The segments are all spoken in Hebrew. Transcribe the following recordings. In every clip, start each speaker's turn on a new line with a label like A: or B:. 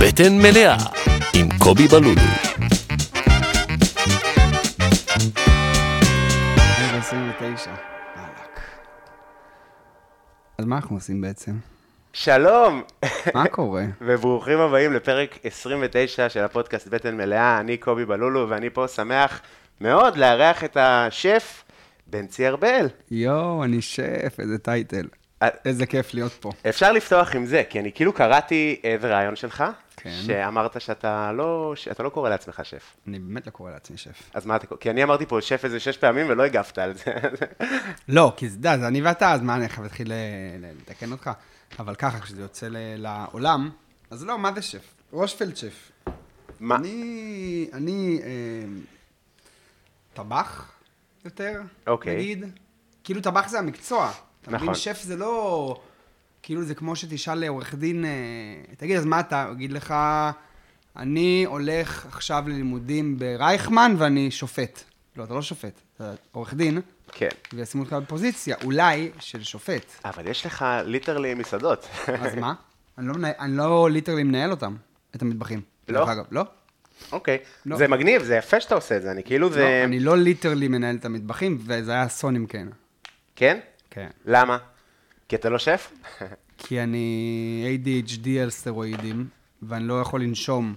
A: בטן מלאה עם קובי בלולו.
B: רגע 29. וואלכ. אז מה אנחנו עושים בעצם?
C: שלום,
B: מה קורה?
C: וברוכים הבאים לפרק 29 של הפודקאסט בטן מלאה. אני קובי בלולו, ואני פה שמח מאוד לארח את השף בנצי ארבל.
B: יואו, אני שף, איזה טייטל.
C: אה,
B: איזה כיף להיות פה.
C: אפשר לפתוח עם זה, כי אני כאילו קראתי איזה רעיון שלך,
B: כן.
C: שאמרת שאתה לא, שאתה לא קורא לעצמך שף.
B: אני באמת לא קורא לעצמי שף.
C: אז מה אתה קורא? כי אני אמרתי פה שף איזה שש פעמים ולא הגבת על זה.
B: לא, כי זה, די, זה אני ואתה, אז מה, אני חייב להתחיל ל- ל- לתקן אותך? אבל ככה, כשזה יוצא ל- לעולם, אז לא, מה זה שף? רושפלד שף.
C: מה?
B: אני, אני אה, טבח יותר,
C: אוקיי.
B: נגיד. כאילו טבח זה המקצוע. אתה מבין,
C: נכון.
B: שף זה לא... כאילו זה כמו שתשאל עורך דין, אה, תגיד, אז מה אתה? הוא יגיד לך, אני הולך עכשיו ללימודים ברייכמן ואני שופט. לא, אתה לא שופט, אתה עורך דין,
C: כן.
B: וישימו אותך בפוזיציה, אולי, של שופט.
C: אבל יש לך ליטרלי מסעדות.
B: אז מה? אני לא, מנה- אני לא ליטרלי מנהל אותם, את המטבחים.
C: לא?
B: דרך אגב, לא?
C: אוקיי.
B: לא.
C: זה מגניב, זה יפה שאתה עושה את זה, אני כאילו
B: לא,
C: זה...
B: אני לא ליטרלי מנהל את המטבחים, וזה היה אסון אם כן.
C: כן?
B: כן.
C: למה? כי אתה לא שף?
B: כי אני ADHD על סטרואידים, ואני לא יכול לנשום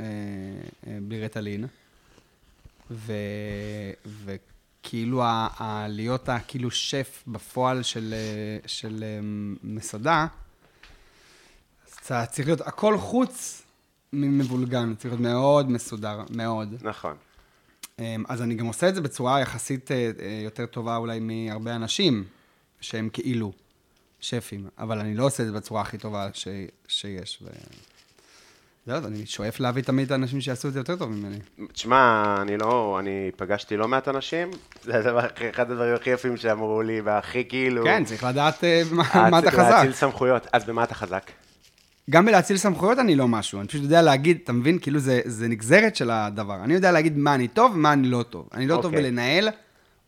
B: אה, אה, בלי רטלין. ו... וכאילו, ה... ה... להיות ה... כאילו שף בפועל של, אה, של אה, מסעדה, אז צ- צריך להיות הכל חוץ ממבולגן, צריך להיות מאוד מסודר, מאוד.
C: נכון.
B: אמ, אז אני גם עושה את זה בצורה יחסית אה, אה, יותר טובה אולי מהרבה אנשים, שהם כאילו שפים, אבל אני לא עושה את זה בצורה הכי טובה ש... שיש. ו... לא, יודע, אני שואף להביא תמיד את האנשים שיעשו את זה יותר טוב ממני.
C: תשמע, אני לא, אני פגשתי לא מעט אנשים, זה הדבר, הכי- אחד הדברים הכי יפים שאמרו לי, והכי כאילו...
B: כן, צריך לדעת אה, מה,
C: להצ-
B: מה אתה חזק.
C: להציל סמכויות. אז במה אתה חזק?
B: גם בלהציל סמכויות אני לא משהו, אני פשוט יודע להגיד, אתה מבין? כאילו זה, זה נגזרת של הדבר. אני יודע להגיד מה אני טוב ומה אני לא טוב. אני לא טוב
C: אוקיי.
B: בלנהל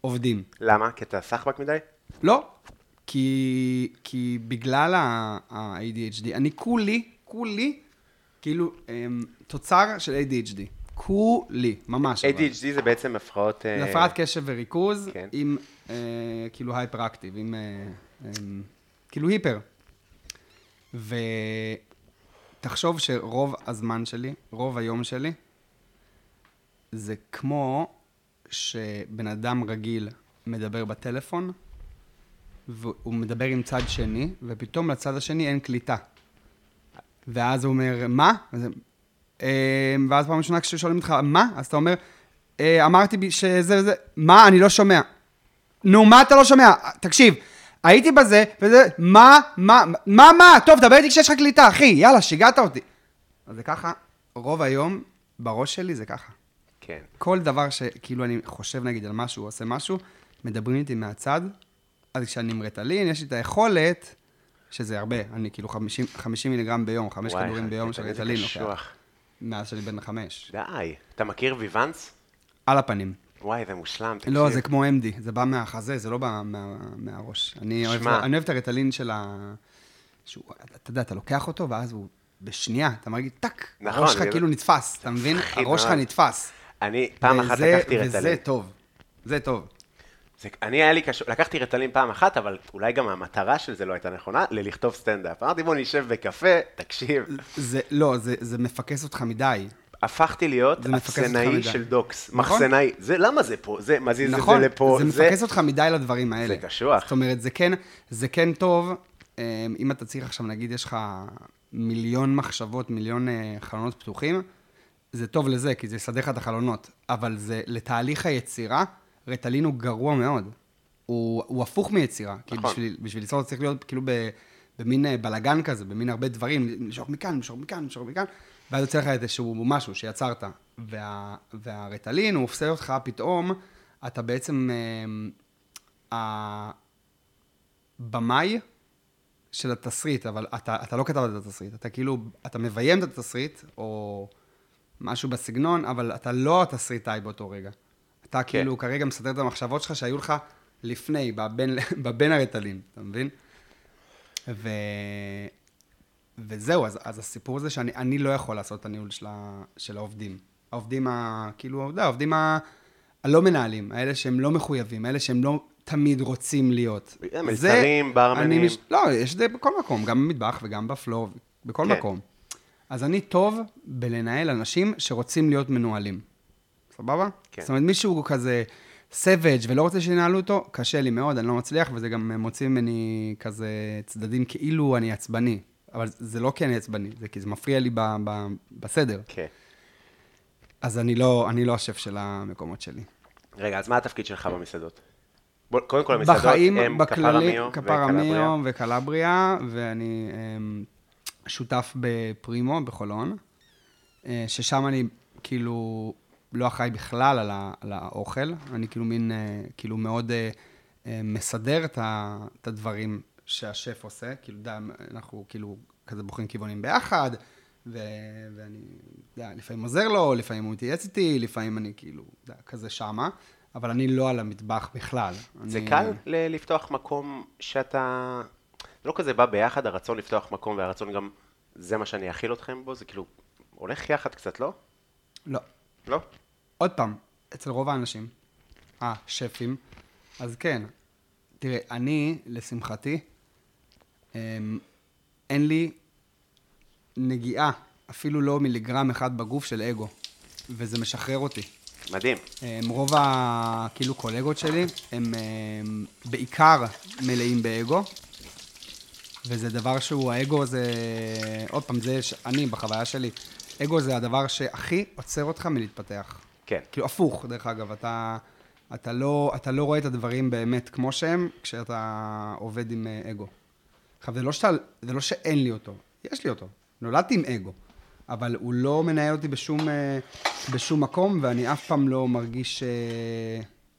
B: עובדים.
C: למה? כי אתה סחבק מדי?
B: לא, כי, כי בגלל ה-ADHD, אני כולי, כולי, כאילו, אמ, תוצר של ADHD. כולי, ממש. אבל.
C: ADHD זה בעצם הפרעות... אה,
B: זה הפרעת קשב וריכוז,
C: כן.
B: עם אה, כאילו הייפר אקטיב, עם אה, אמ, כאילו היפר. ותחשוב שרוב הזמן שלי, רוב היום שלי, זה כמו שבן אדם רגיל מדבר בטלפון, והוא מדבר עם צד שני, ופתאום לצד השני אין קליטה. ואז הוא אומר, מה? אז, אה, ואז פעם ראשונה כששואלים אותך, מה? אז אתה אומר, "אה, אמרתי בי שזה וזה, מה? אני לא שומע. נו, מה אתה לא שומע? תקשיב, הייתי בזה, וזה, מה? מה? מה? מה? טוב, דבר איתי כשיש לך קליטה, אחי, יאללה, שיגעת אותי. אז זה ככה, רוב היום, בראש שלי זה ככה.
C: כן.
B: כל דבר שכאילו אני חושב נגיד על משהו, עושה משהו, מדברים איתי מהצד, אז כשאני עם רטלין, יש לי את היכולת, שזה הרבה, אני כאילו 50, 50 מיליגרם ביום, חמש
C: וואי,
B: כדורים ביום של
C: איזה
B: רטלין לוקח,
C: קשוח.
B: מאז שאני בן חמש.
C: די. אתה מכיר ויוואנס?
B: על הפנים.
C: וואי, זה מושלם, תקשיב.
B: לא, זה כמו MD, זה בא מהחזה, זה לא בא מה, מהראש. אני אוהב,
C: שמע.
B: אני אוהב את הרטלין של ה... שהוא, אתה יודע, אתה לוקח אותו, ואז הוא בשנייה, אתה מרגיש טאק,
C: נכון,
B: הראש שלך
C: זה-
B: כאילו נתפס, אתה מבין?
C: מפחיד
B: הראש שלך
C: מאוד.
B: נתפס.
C: אני פעם אחת
B: וזה-
C: לקחתי רטלין.
B: וזה טוב, זה טוב.
C: זה, אני היה לי קשור, לקחתי רטלין פעם אחת, אבל אולי גם המטרה של זה לא הייתה נכונה, ללכתוב סטנדאפ. אמרתי, בוא נשב בקפה, תקשיב.
B: זה, לא, זה, זה מפקס אותך מדי.
C: הפכתי להיות
B: זה מפקס אותך
C: מחסנאי
B: מדי.
C: של דוקס.
B: נכון.
C: מחסנאי, זה, למה זה פה? זה מזיז
B: נכון,
C: את זה לפה.
B: זה מפקס אותך מדי לדברים האלה.
C: זה קשוח.
B: זאת אומרת, זה כן, זה כן טוב, אה, אם אתה צריך עכשיו, נגיד, יש לך מיליון מחשבות, מיליון אה, חלונות פתוחים, זה טוב לזה, כי זה יסדר לך את החלונות. אבל זה, לתהליך היצירה, רטלין הוא גרוע מאוד. הוא, הוא הפוך מיצירה. כי
C: נכון.
B: בשביל, בשביל ליצור זה צריך להיות כאילו ב, במין אה, בלגן כזה, במין הרבה דברים, למשוך מכאן, למשוך מכאן, למשוך מכאן, ואז יוצא לך איזשהו משהו שיצרת. וה, והרטלין, הוא עושה אותך פתאום, אתה בעצם אה, הבמאי של התסריט, אבל אתה, אתה לא כתב את התסריט, אתה כאילו, אתה מביים את התסריט, או משהו בסגנון, אבל אתה לא התסריטאי באותו רגע. אתה כן. כאילו כרגע מסדר את המחשבות שלך שהיו לך לפני, בבין, בבין הרטלין, אתה מבין? ו... וזהו, אז, אז הסיפור זה שאני אני לא יכול לעשות את הניהול של, ה, של העובדים. העובדים ה... כאילו, העובדה, העובדים ה... הלא מנהלים, האלה שהם לא מחויבים, האלה שהם לא תמיד רוצים להיות.
C: אה, מלצרים, ברמנים.
B: אני לא, יש את זה בכל מקום, גם במטבח וגם בפלור, בכל
C: כן.
B: כן. מקום. אז אני טוב בלנהל אנשים שרוצים להיות מנוהלים. סבבה?
C: כן.
B: זאת אומרת, מישהו כזה סוויג' ולא רוצה שינהלו אותו, קשה לי מאוד, אני לא מצליח, וזה גם מוציא ממני כזה צדדים כאילו אני עצבני. אבל זה לא כי אני עצבני, זה כי זה מפריע לי ב- ב- בסדר.
C: כן.
B: אז אני לא, אני לא השף של המקומות שלי.
C: רגע, אז מה התפקיד שלך במסעדות? בוא, קודם כל, המסעדות הם קפרמיו
B: קפרמיו
C: וקלבריה.
B: וקלבריה, ואני אמ, שותף בפרימו בחולון, אה, ששם אני כאילו לא אחראי בכלל על, ה, על האוכל, אני כאילו מין, אה, כאילו מאוד אה, אה, מסדר את, ה, את הדברים שהשף עושה, כאילו, די, אנחנו כאילו כזה בוחרים כיוונים ביחד, ו, ואני, יודע, לפעמים עוזר לו, לפעמים הוא מתייעץ איתי, לפעמים אני כאילו, יודע, כזה שמה. אבל אני לא על המטבח בכלל.
C: זה
B: אני-
C: קל ל- לפתוח מקום שאתה... זה לא כזה בא ביחד, הרצון לפתוח מקום והרצון גם, זה מה שאני אאכיל אתכם בו, זה כאילו הולך יחד קצת, לא?
B: לא.
C: לא?
B: עוד פעם, אצל רוב האנשים, השפים, אז כן. תראה, אני, לשמחתי, אמ, אין לי נגיעה, אפילו לא מיליגרם אחד בגוף של אגו, וזה משחרר אותי.
C: מדהים.
B: אמ, רוב ה... כאילו קולגות שלי, הם אמ, בעיקר מלאים באגו, וזה דבר שהוא, האגו זה, עוד פעם, זה ש- אני בחוויה שלי, אגו זה הדבר שהכי עוצר אותך מלהתפתח.
C: כן.
B: כאילו הפוך, דרך אגב, אתה, אתה, לא, אתה לא רואה את הדברים באמת כמו שהם, כשאתה עובד עם אה, אגו. עכשיו, זה לא, שאתה, זה לא שאין לי אותו, יש לי אותו, נולדתי עם אגו, אבל הוא לא מנהל אותי בשום, אה, בשום מקום, ואני אף פעם לא מרגיש אה,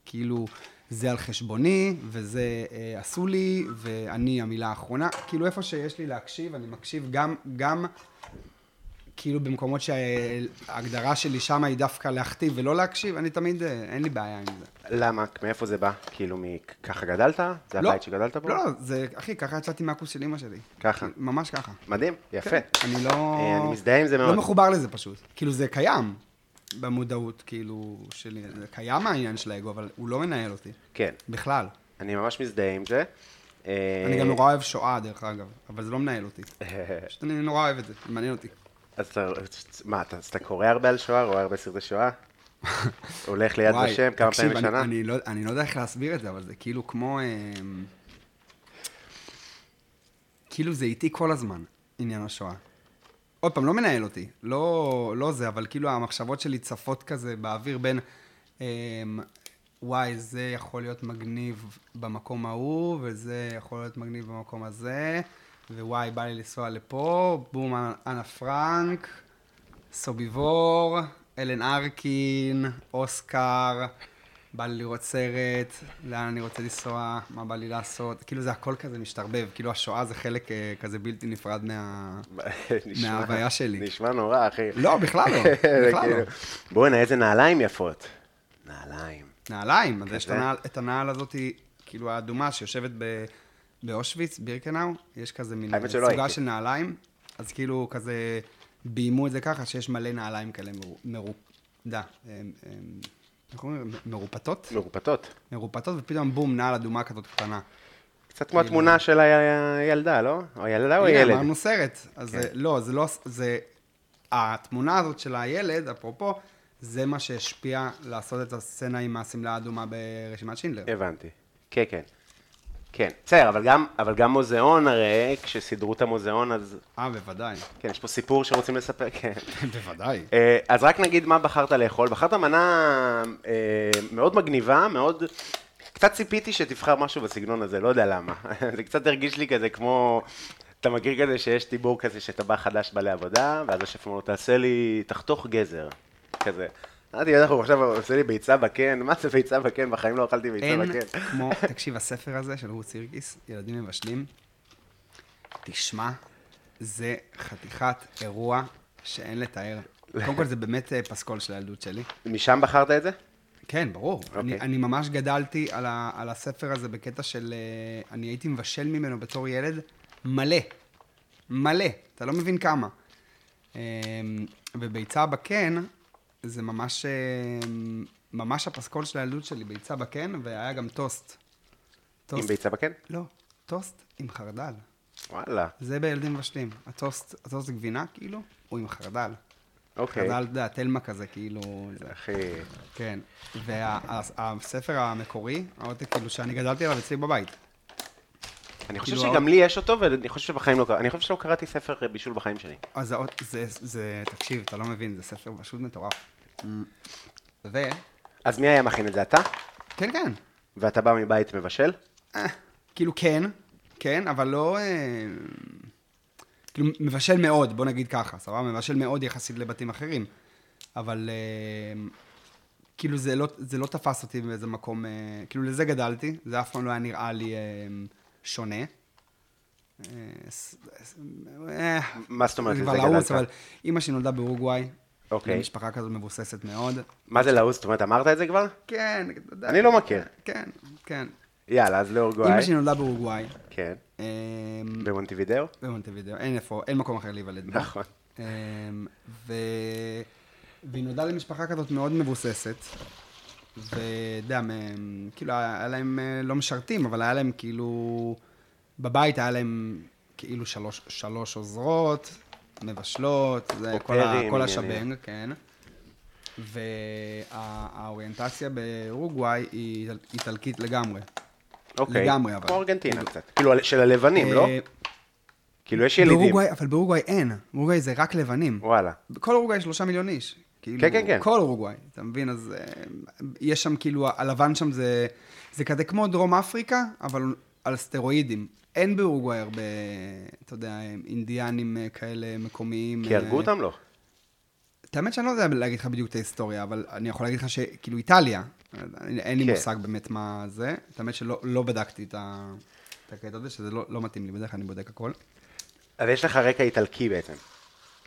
B: כאילו זה על חשבוני, וזה אה, עשו לי, ואני המילה האחרונה. כאילו, איפה שיש לי להקשיב, אני מקשיב גם, גם כאילו במקומות שההגדרה שלי שם היא דווקא להכתיב ולא להקשיב, אני תמיד, אה, אין לי בעיה עם זה.
C: למה? מאיפה זה בא? כאילו, מככה גדלת? זה
B: לא.
C: הבית שגדלת בו?
B: לא, לא, זה, אחי, ככה יצאתי מהכוס של אימא שלי.
C: ככה.
B: ממש ככה.
C: מדהים, יפה.
B: אני לא...
C: אה, אני מזדהה עם זה מאוד.
B: לא מחובר לזה פשוט. כאילו, זה קיים במודעות, כאילו, שלי. זה קיים העניין של האגו, אבל הוא לא מנהל אותי.
C: כן.
B: בכלל.
C: אני ממש מזדהה עם זה.
B: אני
C: אה.
B: גם נורא אוהב שואה, דרך אגב, אבל זה לא מנהל אותי. פשוט אני נורא אוהב את זה, זה מעניין אותי.
C: אז אתה, מה, אתה, אז אתה קורא הרבה על שואה, רואה הרבה סרטי שואה? הולך ליד
B: וואי,
C: ושם כמה
B: תקשיב,
C: פעמים
B: אני-
C: בשנה?
B: אני לא- אני לא יודע איך להסביר את זה, אבל זה כאילו כמו... אמ, כאילו זה איתי כל הזמן, עניין השואה. עוד פעם, לא מנהל אותי, לא, לא זה, אבל כאילו המחשבות שלי צפות כזה באוויר בין, אמ, וואי, זה יכול להיות מגניב במקום ההוא, וזה יכול להיות מגניב במקום הזה, ווואי, בא לי לנסוע לפה, בום, אנה פרנק, סוביבור, אלן ארקין, אוסקר, בא לי לראות סרט, לאן אני רוצה לנסוע, מה בא לי לעשות, כאילו זה הכל כזה משתרבב, כאילו השואה זה חלק אה, כזה בלתי נפרד מה...
C: נשמע-
B: מההוויה שלי.
C: נשמע נורא, אחי.
B: לא, בכלל לא, בכלל
C: כאילו,
B: לא.
C: בואנה, איזה נעליים יפות. נעליים.
B: נעליים, אז יש את
C: כזה?
B: הנעל- את הנעל הזאת, כאילו האדומה שיושבת ב- באושוויץ, בירקנאו, יש כזה מין
C: האמת
B: אה,
C: שלא
B: סוגה
C: הייתי.
B: של נעליים, אז כאילו כזה ביימו את זה ככה, שיש מלא נעליים כאלה מרו- מרו... דה, אמ, אמ, איך אומרים? מ- מרופטות?
C: לא. מרופטות.
B: מרופטות, ופתאום בום, נעל אדומה כזאת קטנה.
C: קצת כמו התמונה של הילדה, לא? כן. או הילדה או
B: כאילו- הנה,
C: הילד?
B: אמרנו סרט. אז זה- לא, זה לא... זה... התמונה הזאת של הילד, אפרופו, זה מה שהשפיע לעשות את הסצנה עם השמלה האדומה ברשימת שינדלר.
C: הבנתי. כן, כן. כן, בסדר, אבל גם- אבל גם מוזיאון הרי, כשסידרו את המוזיאון, אז...
B: אה, בוודאי.
C: כן, יש פה סיפור שרוצים לספר, כן.
B: בוודאי.
C: אה, אז רק נגיד מה בחרת לאכול. בחרת מנה אה, מאוד מגניבה, מאוד... קצת ציפיתי שתבחר משהו בסגנון הזה, לא יודע למה. זה קצת הרגיש לי כזה כמו... אתה מכיר כזה שיש דיבור כזה שאתה בא חדש, בא לעבודה, ואז השף אומר לו, תעשה לי, תחתוך גזר. כזה. אמרתי, אנחנו עכשיו עושה לי ביצה בקן, מה זה ביצה בקן? בחיים לא אכלתי ביצה
B: אין
C: בקן.
B: כמו, תקשיב, הספר הזה של רות סירקיס, ילדים מבשלים, תשמע, זה חתיכת אירוע שאין לתאר. קודם כל, זה באמת אה, פסקול של הילדות שלי.
C: משם בחרת את זה?
B: כן, ברור. Okay. אני,
C: אוקיי.
B: אני ממש גדלתי על, ה, על הספר הזה בקטע של... אה, אני הייתי מבשל ממנו בתור ילד מלא. מלא, אתה לא מבין כמה. אמ, וביצה בקן, זה ממש, אמ, ממש הפסקול של הילדות שלי, ביצה בקן, והיה גם טוסט.
C: עם
B: טוסט,
C: ביצה בקן?
B: לא, טוסט עם חרדל.
C: וואלה,
B: זה בילדים מבשלים. הטוסט, הטוסט גבינה, כאילו, הוא עם חרדל.
C: אוקיי.
B: חרדל, אתה יודע, תלמה כזה, כאילו... זה.
C: אחי,
B: כן, והספר המקורי, העותק כאילו שאני גדלתי עליו אצלי בבית.
C: אני חושב
B: כאילו,
C: שגם לי יש אותו, ואני חושב שבחיים לא קראתי, אני חושב שלא קראתי ספר בישול בחיים שלי.
B: אז זה, זה, זה, תקשיב, אתה לא מבין, זה ספר פשוט מטורף. ו...
C: אז מי היה מכין את זה? אתה?
B: כן, כן.
C: ואתה בא מבית מבשל?
B: אה, כאילו כן, כן, אבל לא... אה, כאילו, מבשל מאוד, בוא נגיד ככה, סבבה? מבשל מאוד יחסית לבתים אחרים. אבל אה, כאילו זה לא, זה לא תפס אותי באיזה מקום, אה, כאילו לזה גדלתי, זה אף פעם לא היה נראה לי אה, שונה. אה, ס- ס- אה,
C: מה זאת אומרת
B: זה
C: לזה
B: כבר לעוץ,
C: גדלת?
B: אבל אימא שלי נולדה באורוגוואי.
C: אוקיי.
B: משפחה כזאת מבוססת מאוד.
C: מה זה לעוז? זאת אומרת, אמרת את זה כבר?
B: כן, אתה יודע.
C: אני לא מכיר.
B: כן, כן.
C: יאללה, אז
B: אימא
C: לאורוגוואי.
B: שלי נולדה באורוגוואי.
C: כן.
B: אמ,
C: במונטיבידאו?
B: במונטווידאו, אין איפה, אין מקום אחר להיוולד. בו.
C: נכון.
B: אמ, ו... והיא נולדה למשפחה כזאת מאוד מבוססת, ואתה יודע, מ- כאילו, היה להם, אה, לא משרתים, אבל היה להם כאילו, בבית היה להם כאילו שלוש, שלוש עוזרות, מבשלות, זה כל, ה,
C: אופרים,
B: כל
C: עניינים.
B: השבנג, כן. והאוריינטציה באורוגוואי היא איטל- איטלקית לגמרי.
C: אוקיי.
B: לגמרי, אבל.
C: כמו ארגנטינה קצת. כאילו, של הלבנים, לא?
B: אה,
C: כאילו, יש ילידים.
B: באורוגוואי, אבל באורוגוואי אין. באורוגוואי זה רק לבנים.
C: וואלה.
B: כל אורוגוואי שלושה מיליון איש. כאילו,
C: כן, כן, כן.
B: כל אורוגוואי, אתה מבין? אז אה, יש שם כאילו, הלבן שם זה, זה כזה כמו דרום אפריקה, אבל על סטרואידים. אין באורוגוואי הרבה, אתה יודע, אינדיאנים אה, כאלה מקומיים.
C: כי הרגו
B: אה,
C: אותם? לא.
B: את האמת שאני לא יודע להגיד לך בדיוק את ההיסטוריה, אבל אני יכול להגיד לך שכאילו איטליה, אין אין לי
C: כן.
B: מושג באמת מה זה, את האמת שלא לא בדקתי את ה- את הקטע הזה, שזה לא לא מתאים לי, בדרך כלל אני בודק הכל.
C: אז יש לך רקע איטלקי בעצם.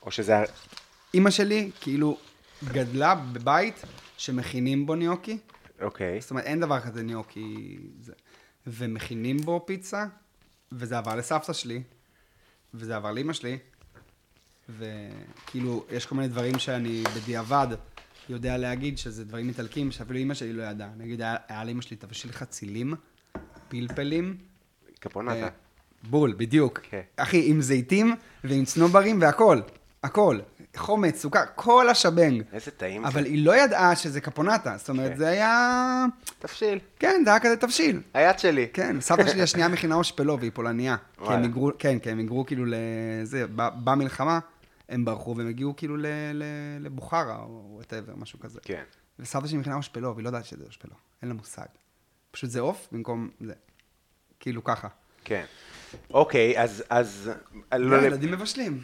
C: או שזה... הר-
B: אימא שלי כאילו גדלה בבית שמכינים בו ניוקי,
C: אוקיי.
B: זאת אומרת אין דבר כזה ניוקי, זה. ומכינים בו פיצה, וזה עבר לסבתא שלי, וזה עבר לאימא שלי, וכאילו יש כל מיני דברים שאני בדיעבד יודע להגיד שזה דברים איטלקים שאפילו אימא שלי לא ידעה, נגיד היה, היה לאימא שלי תבשיל חצילים, פלפלים,
C: קפונטה.
B: אה, בול, בדיוק.
C: כן.
B: אחי, עם זיתים ועם צנוברים והכל. הכל. חומץ, סוכר, כל השבנג.
C: איזה טעים.
B: אבל
C: זה.
B: היא לא ידעה שזה קפונטה. זאת אומרת,
C: אה, כן.
B: זה היה...
C: תפשיל.
B: כן, זה היה כזה תבשיל.
C: היד שלי.
B: כן, סבתא שלי השנייה מכינה אושפלו והיא פולניה. כי הם
C: וואלה.
B: היגרו, כן, כי הם היגרו כאילו לזה, ב- במלחמה, הם ברחו והם הגיעו כאילו ל- ל- לבוכרה או וואטאבר, משהו כזה.
C: כן.
B: וסבתא שלי מכינה אושפלו, והיא לא יודעת שזה אושפלו, אין לה מושג. פשוט זה עוף במקום זה. כאילו ככה.
C: כן. אוקיי, אז... אז... לא
B: לא,
C: ל-
B: ילדים מבשלים.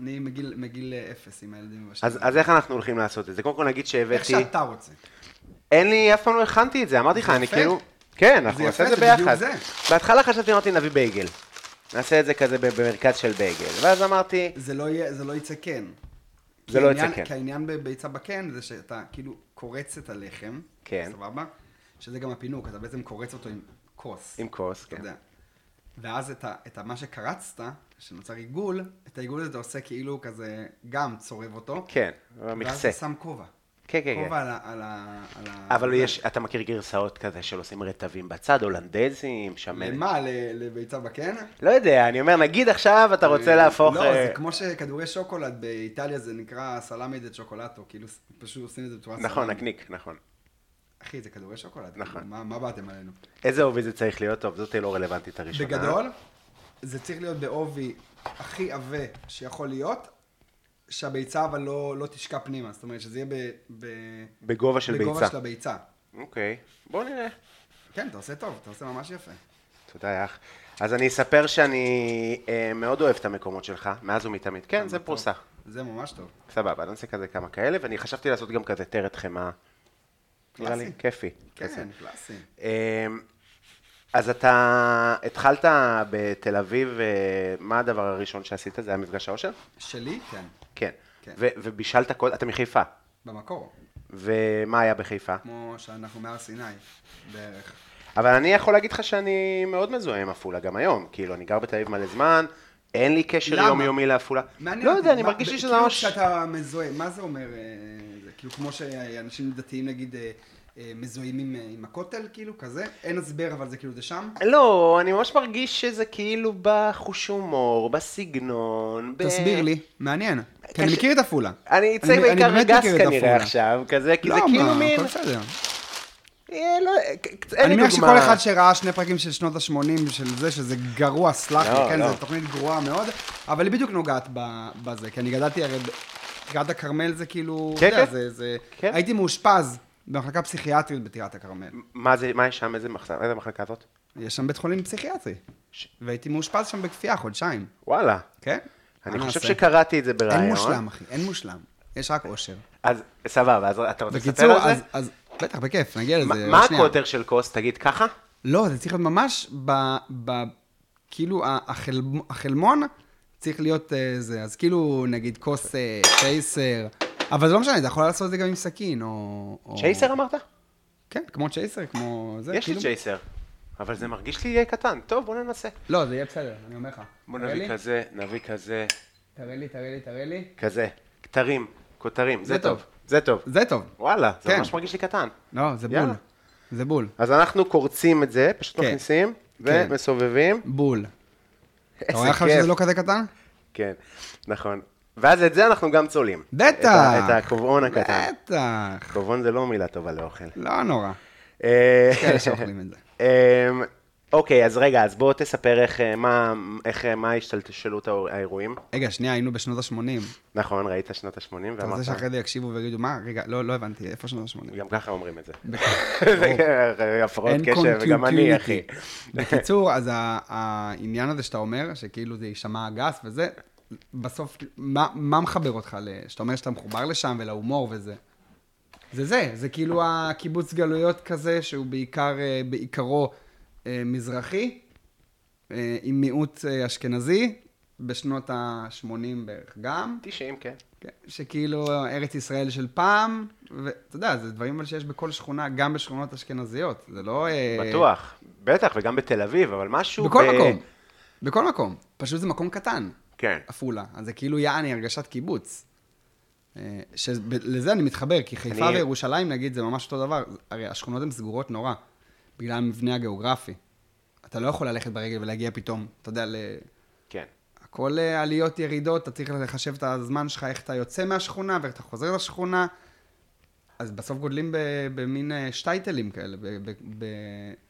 B: אני מגיל, מגיל אה, אפס עם הילדים מבשלים.
C: אז, אז איך אנחנו הולכים לעשות את זה? קודם כל נגיד
B: איך
C: שהבאתי...
B: שאתה רוצה.
C: אין לי, אף פעם לא הכנתי את זה, אמרתי לך,
B: זה
C: אני
B: יפה.
C: כאילו... כן, אנחנו
B: זה
C: נעשה את
B: יפה,
C: זה
B: זה בדיוק
C: ביחד.
B: זה.
C: בהתחלה חשבתי, אמרתי, נביא בייגל. נעשה את זה כזה ב- במרכז של בייגל. ואז אמרתי,
B: זה לא, יהיה, זה לא יצא כן.
C: זה
B: כי
C: לא יצא
B: העניין-
C: כן.
B: כי העניין בביצה בקן זה שאתה כאילו קורץ את הלחם,
C: כן.
B: סבבה? שזה גם הפינוק, אתה בעצם קורץ אותו עם כוס.
C: עם כוס,
B: אתה
C: כן.
B: יודע. ואז את, ה, את ה, מה שקרצת, שנוצר עיגול, את העיגול הזה אתה עושה כאילו כזה, גם צורב אותו.
C: כן,
B: ואז
C: המכסה.
B: אתה שם כובע.
C: כן, כן, כן.
B: כובע על ה... על ה, על ה
C: אבל יש, אתה מכיר גרסאות כזה של עושים רטבים בצד, הולנדזים, שמנת.
B: למה? ל- לביצה בקן?
C: לא יודע, אני אומר, נגיד עכשיו אתה רוצה להפוך...
B: לא,
C: אה,
B: זה כמו שכדורי שוקולד באיטליה זה נקרא סלמי דה צ'וקולטו, כאילו ס- פשוט עושים את זה בצורה
C: נכון,
B: סלמי.
C: נקניק, נכון.
B: אחי, זה כדורי שוקולד.
C: נכון.
B: כאילו, מה מה באתם עלינו?
C: איזה עובי זה צריך להיות? טוב, זאת לא רלוונטית הראשונה.
B: בגדול, זה צריך להיות בעובי הכי עבה שיכול להיות, שהביצה אבל לא לא תשקע פנימה, זאת אומרת שזה יהיה ב- ב-
C: בגובה של
B: בגובה
C: ביצה.
B: של הביצה.
C: אוקיי, בוא נראה.
B: כן, אתה עושה טוב, אתה עושה ממש יפה.
C: תודה, אח. אז אני אספר שאני אה, מאוד אוהב את המקומות שלך, מאז ומתמיד. כן,
B: אה, נכון.
C: זה פרוסה.
B: זה ממש טוב.
C: סבבה, אני עושה כזה כמה כאלה, ואני חשבתי לעשות גם כזה טרת חמאה. נראה לי
B: קלאסי.
C: כיפי. כזה.
B: כן, קלאסי.
C: אה, אז אתה התחלת בתל אביב, אה, מה הדבר הראשון שעשית? זה היה מפגש האושר?
B: שלי? כן,
C: כן.
B: כן.
C: ו- ובישלת כל... אתה מחיפה.
B: במקור,
C: ומה היה בחיפה?
B: כמו שאנחנו מהר סיני בערך.
C: אבל אני יכול להגיד לך שאני מאוד מזוהה עם עפולה גם היום. כאילו, אני גר בתל אביב מלא זמן, אין לי קשר
B: למה?
C: יומיומי לעפולה.
B: מעניין
C: לא
B: אותי,
C: יודע, אני
B: מה-
C: מרגיש לי שזה
B: כאילו
C: ממש...
B: כשאתה מזוהה, מה זה אומר? אה, זה כאילו כמו שאנשים דתיים נגיד אה, אה, מזוהים עם, אה, עם הכותל, כאילו, כזה? אין הסבר, אבל זה כאילו זה שם?
C: לא, אני ממש מרגיש שזה כאילו בחוש הומור, בסגנון. ב-
B: תסביר לי, מעניין. כי אני
C: קשה-
B: מכיר את עפולה.
C: אני אצא בעיקר
B: באמת
C: גס
B: מכיר את
C: כנראה
B: עפולה.
C: עכשיו, כזה, כי זה
B: לא,
C: כאילו
B: מה,
C: מין...
B: הכל בסדר.
C: אה, לא, ק- אין לי דוגמה.
B: אני מניח שכל אחד שראה שני פרקים של שנות ה-80 של זה, שזה גרוע, סלח
C: לא,
B: לי, כן,
C: לא.
B: זו תוכנית גרועה מאוד, אבל היא בדיוק נוגעת ב- בזה, כי אני גדלתי הרי, ב- גלעד הכרמל זה כאילו, אתה
C: כן,
B: יודע,
C: כן.
B: זה- זה,
C: כן.
B: הייתי מאושפז במחלקה פסיכיאטרית בטירת הכרמל.
C: מה זה, מה יש שם, איזה מחסן, איזה מחלקה זאת?
B: יש שם בית חולים פסיכיאטרי,
C: ש-
B: והייתי מאושפז שם בכפייה חודשיים,
C: וואלה.
B: כן?
C: אני
B: מה
C: חושב
B: נעשה?
C: שקראתי את זה ברעיון.
B: אין מושלם, אחי, אין מושלם. יש רק אושר.
C: אז סבבה, אז אתה רוצה לספר
B: בקיצור,
C: על
B: אז-
C: זה?
B: אז, בטח, בכיף, נגיע לזה.
C: מה-
B: עוד
C: מה
B: שנייה.
C: הקוטר של כוס, תגיד ככה?
B: לא, זה צריך להיות ממש ב... ב כאילו, ה- החל, החלמון צריך להיות אה, זה. אז כאילו, נגיד כוס אה, צ'ייסר, אבל זה לא משנה, אתה יכול לעשות את זה גם עם סכין, או... או...
C: צ'ייסר אמרת?
B: כן, כמו צ'ייסר, כמו זה. כאילו.
C: יש לי צ'ייסר. אבל זה מרגיש לי קטן. טוב, בוא ננסה.
B: לא, זה יהיה בסדר, אני אומר לך.
C: בוא
B: תראה
C: נביא
B: לי,
C: כזה, נביא כזה,
B: תראה לי, תראה לי, תראה לי.
C: כזה. כתרים, כותרים. זה
B: זה
C: טוב.
B: טוב.
C: זה טוב.
B: זה טוב.
C: וואלה, זה
B: כן.
C: ממש מרגיש לי קטן.
B: לא, זה בול.
C: יאללה.
B: זה בול.
C: אז אנחנו קורצים את זה, פשוט
B: כן.
C: מכניסים,
B: כן.
C: ומסובבים.
B: בול.
C: איזה
B: אתה רואה עכשיו
C: כיף.
B: שזה לא כזה קטן?
C: כן, נכון. ואז את זה אנחנו גם צולעים.
B: בטח.
C: את ה- את הקובעון הקטן.
B: בטח.
C: קובעון זה לא מילה טובה לאוכל.
B: לא נורא.
C: אה,
B: יש כאלה שאוכלים את זה.
C: אמ, אוקיי, אז רגע, אז בוא תספר איך, אה, מה, איך, אה, מה השתלשלות האור- האירועים.
B: רגע, שנייה, היינו בשנות ה-80.
C: נכון, ראית שנות ה-80
B: אתה
C: ואמרת,
B: רוצה שאחרי זה יקשיבו ויגידו, מה, רגע, לא, לא הבנתי, איפה שנות ה-80?
C: גם ככה אומרים את זה. זה הפרעות קשב, וגם אני, אחי.
B: אה, בקיצור, אז ה- העניין הזה שאתה אומר, שכאילו זה יישמע גס וזה, בסוף, מה מה מחבר אותך, ל- שאתה אומר שאתה מחובר לשם ולהומור וזה? זה זה, זה כאילו הקיבוץ גלויות כזה, שהוא בעיקר, אה, בעיקרו אה, מזרחי, אה, עם מיעוט אה, אשכנזי, בשנות ה-80 בערך גם.
C: 90, כן.
B: כן, שכאילו ארץ ישראל של פעם, ואתה יודע, זה דברים אבל שיש בכל שכונה, גם בשכונות אשכנזיות, זה לא... אה,
C: בטוח. בטח, וגם בתל אביב, אבל משהו...
B: בכל
C: ב-
B: מקום, בכל מקום. פשוט זה מקום קטן,
C: כן.
B: עפולה. אז זה כאילו יעני הרגשת קיבוץ. אה, שלזה אני מתחבר, כי חיפה
C: אני-
B: וירושלים, נגיד, זה ממש אותו דבר. הרי השכונות הן סגורות נורא, בגלל המבנה הגיאוגרפי. אתה לא יכול ללכת ברגל ולהגיע פתאום, אתה יודע, ל...
C: כן.
B: הכל אה, עליות, ירידות, אתה צריך לחשב את הזמן שלך, איך אתה יוצא מהשכונה ואיך אתה חוזר לשכונה. אז בסוף גודלים ב- במין אה, שטייטלים כאלה, ב- ב- ב-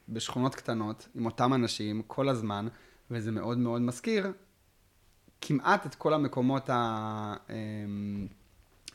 B: בשכונות קטנות, עם אותם אנשים כל הזמן, וזה מאוד מאוד מזכיר כמעט את כל המקומות ה... אמ,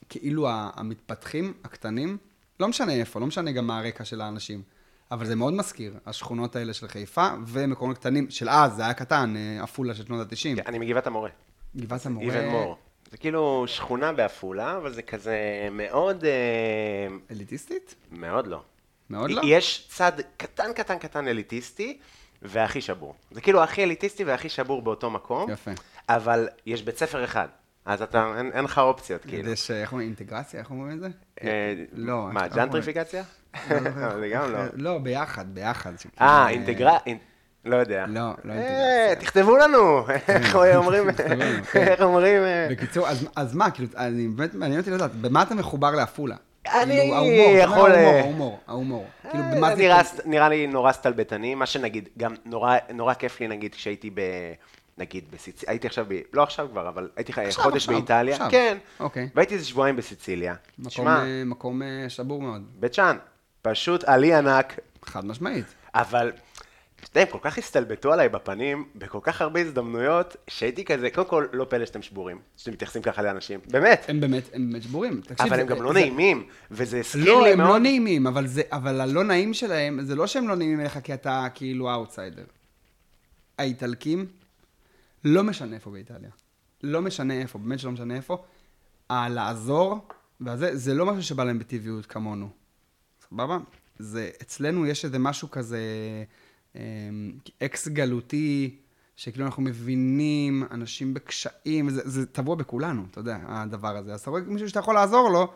B: כאילו ה- המתפתחים, הקטנים, לא משנה איפה, לא משנה גם מה הרקע של האנשים, אבל זה מאוד מזכיר, השכונות האלה של חיפה, ומקומות קטנים של אז, זה היה קטן, אה, עפולה של שנות ה-90.
C: אני מגבעת המורה.
B: גבעת המורה.
C: איבן מור. זה כאילו שכונה בעפולה, אבל זה כזה מאוד... אה,
B: אליטיסטית?
C: מאוד לא.
B: מאוד לא?
C: יש צד קטן קטן קטן אליטיסטי, והכי שבור. זה כאילו הכי אליטיסטי והכי שבור באותו מקום.
B: יפה.
C: אבל יש בית ספר אחד, אז אתה, אין, אין לך אופציות, כאילו.
B: יש, אה, איך אומרים, אינטגרציה? איך אומרים את זה?
C: אה,
B: לא.
C: מה,
B: איך אומרים?
C: ג'נטריפיקציה? זה גם לא.
B: לא, ביחד, ביחד. שכאילו,
C: אה, אינטגרל... לא יודע.
B: לא, לא
C: אה,
B: אינטגרציה. כן,
C: תכתבו לנו! איך אומרים?
B: תכתבו לנו, כן.
C: איך אומרים? אה,
B: אה, בקיצור, אז, אז מה, כאילו, אני באמת, מעניין אותי לדעת, במה אתה מחובר לעפולה?
C: אני
B: כאילו, ההומור, אתה אומר,
C: יכול, אה,
B: ההומור, ההומור, ההומור. כאילו,
C: אה,
B: במה זה...
C: נראה, נראה לי נורא סטלבטני, מה שנגיד, גם נורא, נורא כיף לי נגיד כשהייתי ב... נגיד בסיציליה, הייתי עכשיו, ב... לא עכשיו כבר, אבל הייתי
B: עכשיו,
C: חודש
B: עכשיו,
C: באיטליה,
B: עכשיו.
C: כן,
B: אוקיי.
C: והייתי איזה שבועיים בסיציליה,
B: מקום,
C: תשמע,
B: אה, מקום אה, שבור מאוד,
C: בית שאן, פשוט עלי ענק,
B: חד משמעית.
C: אבל, אתה יודע, הם כל כך הסתלבטו עליי בפנים, בכל כך הרבה הזדמנויות, שהייתי כזה, קודם כל, לא פלא שאתם שבורים, שאתם מתייחסים ככה לאנשים, באמת,
B: הם באמת, הם באמת שבורים. תקשיב,
C: אבל
B: זה-
C: הם גם
B: זה-
C: לא נעימים, וזה הזכיר
B: לא,
C: לי
B: הם לא
C: מאוד,
B: נעימים, אבל זה, אבל הלא נעים שלהם, זה לא שהם לא נעימים אליך כי אתה כאילו האוטסיידר. האיטלקים, לא משנה איפה באיטליה. לא משנה איפה, באמת שלא משנה איפה. הלעזור, והזה, זה לא משהו שבא להם בטבעיות כמונו. סבבה? זה, אצלנו יש איזה משהו כזה אקס גלותי, שכאילו אנחנו מבינים, אנשים בקשיים, זה, זה טבוע בכולנו, אתה יודע, הדבר הזה. אז אתה רואה מישהו שאתה יכול לעזור לו,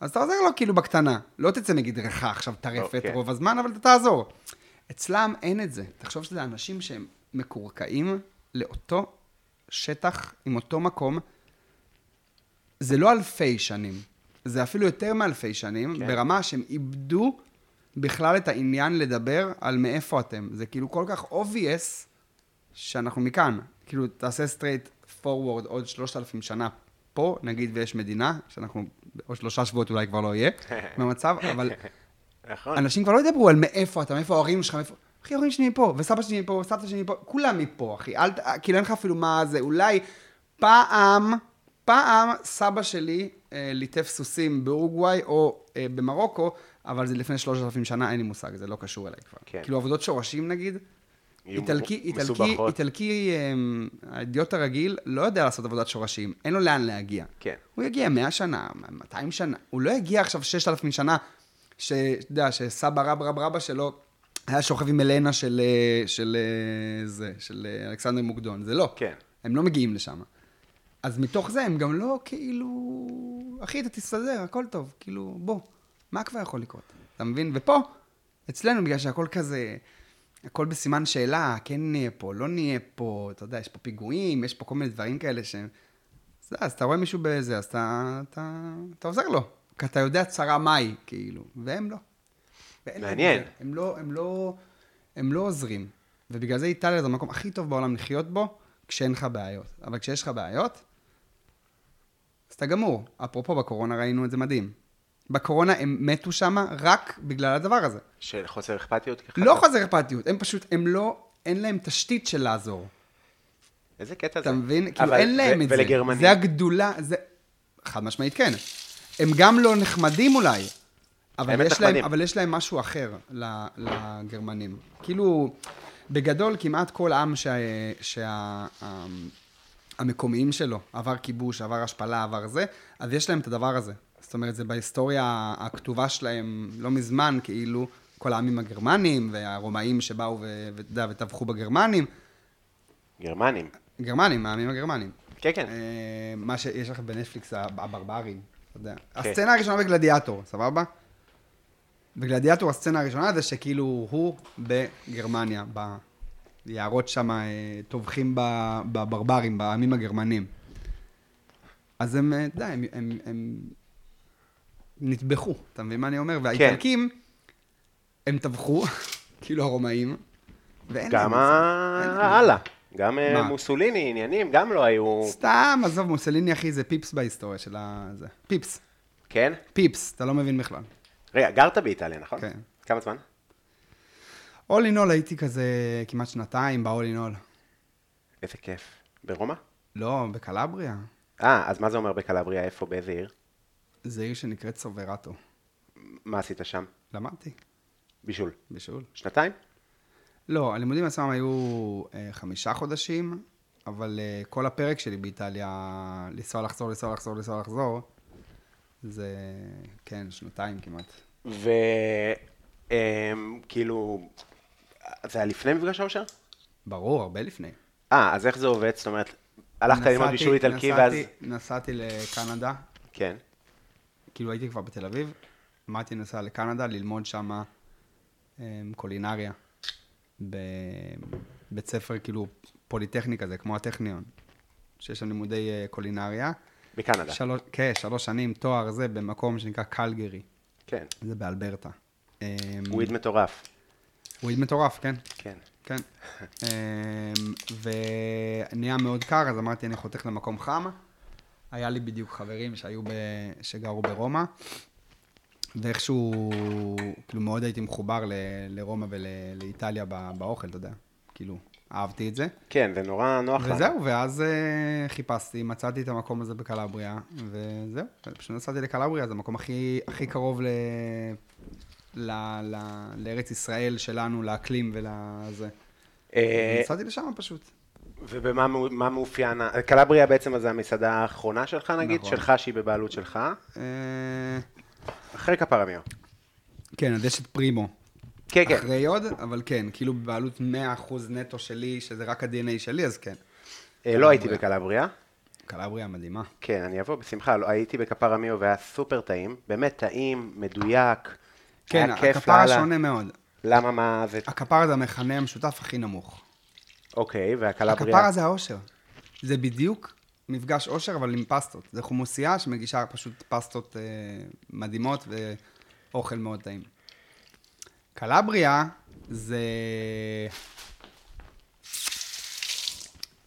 B: אז אתה עוזר לו כאילו בקטנה. לא תצא מגדרך עכשיו טרפת
C: אוקיי.
B: רוב הזמן, אבל אתה תעזור. אצלם אין את זה. תחשוב שזה אנשים שהם מקורקעים לאותו שטח עם אותו מקום, זה לא אלפי שנים, זה אפילו יותר מאלפי שנים,
C: כן.
B: כן. ברמה שהם איבדו בכלל את העניין לדבר על מאיפה אתם. זה כאילו כל כך obvious שאנחנו מכאן. כאילו, תעשה straight forward עוד 3,000 שנה פה, נגיד ויש מדינה, שאנחנו עוד שלושה שבועות אולי כבר לא יהיה, במצב, אבל
C: נכון.
B: אנשים כבר לא ידברו על מאיפה אתה, מאיפה ההורים שלך, מאיפה... אחי, ההורים שלי מפה, וסבא שלי מפה, וסבתא שלי מפה, כולם מפה, אחי. אל, ת- כאילו אין לך אפילו מה זה, אולי פעם, פעם סבא שלי אה, ליטף סוסים באורוגוואי או אה, במרוקו, אבל זה לפני 3,000 שנה, אין לי מושג, זה לא קשור אליי כבר.
C: כן.
B: כאילו עבודות שורשים נגיד,
C: יהיו
B: איטלקי, איטלקי,
C: מסובכות.
B: איטלקי, אמ, האידיוט הרגיל לא יודע לעשות עבודת שורשים, אין לו לאן להגיע.
C: כן.
B: הוא יגיע 100 שנה, 200 שנה, הוא לא יגיע עכשיו 6,000 שנה, שאתה יודע, שסבא רב רב רבא שלו היה שוכב עם אלנה של, אה, של אה, זה, של אה, אלכסנדר מוקדון, זה לא.
C: כן.
B: הם לא מגיעים לשם. אז מתוך זה הם גם לא כאילו, אחי, אתה תסתדר, הכל טוב, כאילו, בוא, מה כבר יכול לקרות? אתה מבין? ופה, אצלנו, בגלל שהכל כזה, הכל בסימן שאלה, כן נהיה פה, לא נהיה פה, אתה יודע, יש פה פיגועים, יש פה כל מיני דברים כאלה שהם... אז, אז אתה רואה מישהו בזה, אז אתה, אתה, אתה עוזר לו, כי אתה יודע צרה מהי, כאילו, והם לא. ואין להם
C: מעניין.
B: את זה. הם לא, הם לא, הם לא עוזרים. ובגלל זה איטליה זה המקום הכי טוב בעולם לחיות בו, כשאין לך בעיות. אבל כשיש לך בעיות, אז אתה גמור. אפרופו, בקורונה ראינו את זה מדהים. בקורונה הם מתו שם רק בגלל הדבר הזה.
C: של חוסר אכפתיות? ככה?
B: לא חוזר אכפתיות, הם פשוט, הם לא, אין להם תשתית של לעזור.
C: איזה קטע זה?
B: אתה מבין? כאילו
C: אבל-
B: אין להם
C: ו-
B: את זה.
C: ולגרמנים?
B: זה הגדולה, זה... חד משמעית כן. הם גם לא נחמדים אולי,
C: הם
B: אבל יש,
C: נחמדים.
B: להם, אבל יש להם משהו אחר ל- לגרמנים. כאילו, בגדול כמעט כל עם שהמקומיים שה, ה- המקומיים שלו עבר כיבוש, עבר השפלה, עבר זה, אז יש להם את הדבר הזה. זאת אומרת, זה בהיסטוריה הכתובה שלהם לא מזמן, כאילו, כל העמים הגרמנים והרומאים שבאו ו- ואתה יודע, וטבחו בגרמנים,
C: גרמנים.
B: גרמנים, העמים הגרמנים.
C: כן, כן.
B: אה, מה שיש לך בנטפליקס, הב- הברברים, אתה יודע.
C: כן.
B: הסצנה הראשונה בגלדיאטור, סבבה? בגלדיאטור הסצנה הראשונה זה שכאילו הוא בגרמניה, ביערות שם אה, טובחים ב- בברברים, בעמים הגרמנים. אז הם, אה, אתה יודע, הם, הם, הם נטבחו, אתה מבין מה אני
C: כן.
B: אומר? והאיטלקים, הם טבחו, כאילו הרומאים, ואין להם
C: גם
B: את זה. אין להם את זה.
C: ה- הלאה. גם אה,
B: מה?
C: מוסוליני, עניינים, גם לא היו...
B: סתם, עזוב, מוסליני אחי, זה פיפס בהיסטוריה של ה... זה. פיפס.
C: כן?
B: פיפס, אתה לא מבין בכלל.
C: רגע, גרת באיטליה, נכון?
B: כן.
C: כמה זמן?
B: All in all הייתי כזה כמעט שנתיים ב-all in all.
C: איזה כיף. ברומא?
B: לא, בקלבריה.
C: אה, אז מה זה אומר בקלבריה? איפה? באיזה עיר?
B: זה עיר שנקראת סוברטו.
C: מה עשית שם?
B: למדתי,
C: בישול.
B: בשאול.
C: שנתיים?
B: לא, הלימודים עצמם היו אה, חמישה חודשים, אבל אה, כל הפרק שלי באיטליה, לנסוע, לחזור, לנסוע, לחזור, לנסוע, לחזור, זה, כן, שנתיים כמעט.
C: וכאילו... אמ, כאילו, זה היה לפני מפגש האושר?
B: ברור, הרבה לפני.
C: אה, אז איך זה עובד? זאת אומרת, הלכת ללמוד
B: נסעתי-
C: בישול איטלקי
B: נסעתי-
C: ואז...
B: נסעתי לקנדה,
C: כן.
B: כאילו הייתי כבר בתל אביב, אמרתי נוסע לקנדה ללמוד שם קולינריה, בבית ספר כאילו פוליטכני כזה, כמו הטכניון, שיש שם לימודי אה, קולינריה.
C: בקנדה.
B: שלוש, כן, שלוש שנים תואר זה במקום שנקרא קלגרי,
C: כן.
B: זה באלברטה. אה,
C: וויד מטורף.
B: וויד מטורף, כן.
C: כן.
B: כן. אמ, ונהיה מאוד קר, אז אמרתי, אני חותך למקום חם. היה לי בדיוק חברים שהיו ב... שגרו ברומא, ואיכשהו, כאילו, מאוד הייתי מחובר ל... לרומא ולאיטליה ב... באוכל, אתה יודע. כאילו, אהבתי את זה.
C: כן, זה נורא נוח לנו.
B: וזהו, ואז אה, חיפשתי, מצאתי את המקום הזה בקלבריה, וזהו, פשוט נסעתי לקלבריה, זה המקום הכי, הכי קרוב ל... ל... ל... לארץ ישראל שלנו, לאקלים ולזה.
C: אה,
B: נסעתי לשם פשוט.
C: ובמה מאו- מה מאופיין, ה- קלבריה בעצם אז זה המסעדה האחרונה שלך נגיד,
B: נכון.
C: שלך שהיא בבעלות שלך,
B: אה,
C: אחרי כפרמיו.
B: כן, אז יש את פרימו.
C: כן, כן.
B: אחרי עוד, אבל כן, כאילו בבעלות 100% נטו שלי, שזה רק ה-DNA שלי, אז כן.
C: אה, לא הייתי בקלבריה,
B: קלבריה מדהימה.
C: כן, אני אבוא בשמחה, לא, הייתי בקפרמיו והיה סופר טעים, באמת טעים, מדויק,
B: כן,
C: היה כיף
B: הכפרה
C: לאללה.
B: שונה מאוד.
C: למה מה זה,
B: הכפרה זה המכנה המשותף הכי נמוך.
C: אוקיי, והקלבריה,
B: הכפרה זה האושר. זה בדיוק מפגש אושר, אבל עם פסטות. זה חומוסייה שמגישה פשוט פסטות אה, מדהימות ואוכל מאוד טעים. קלבריה זה...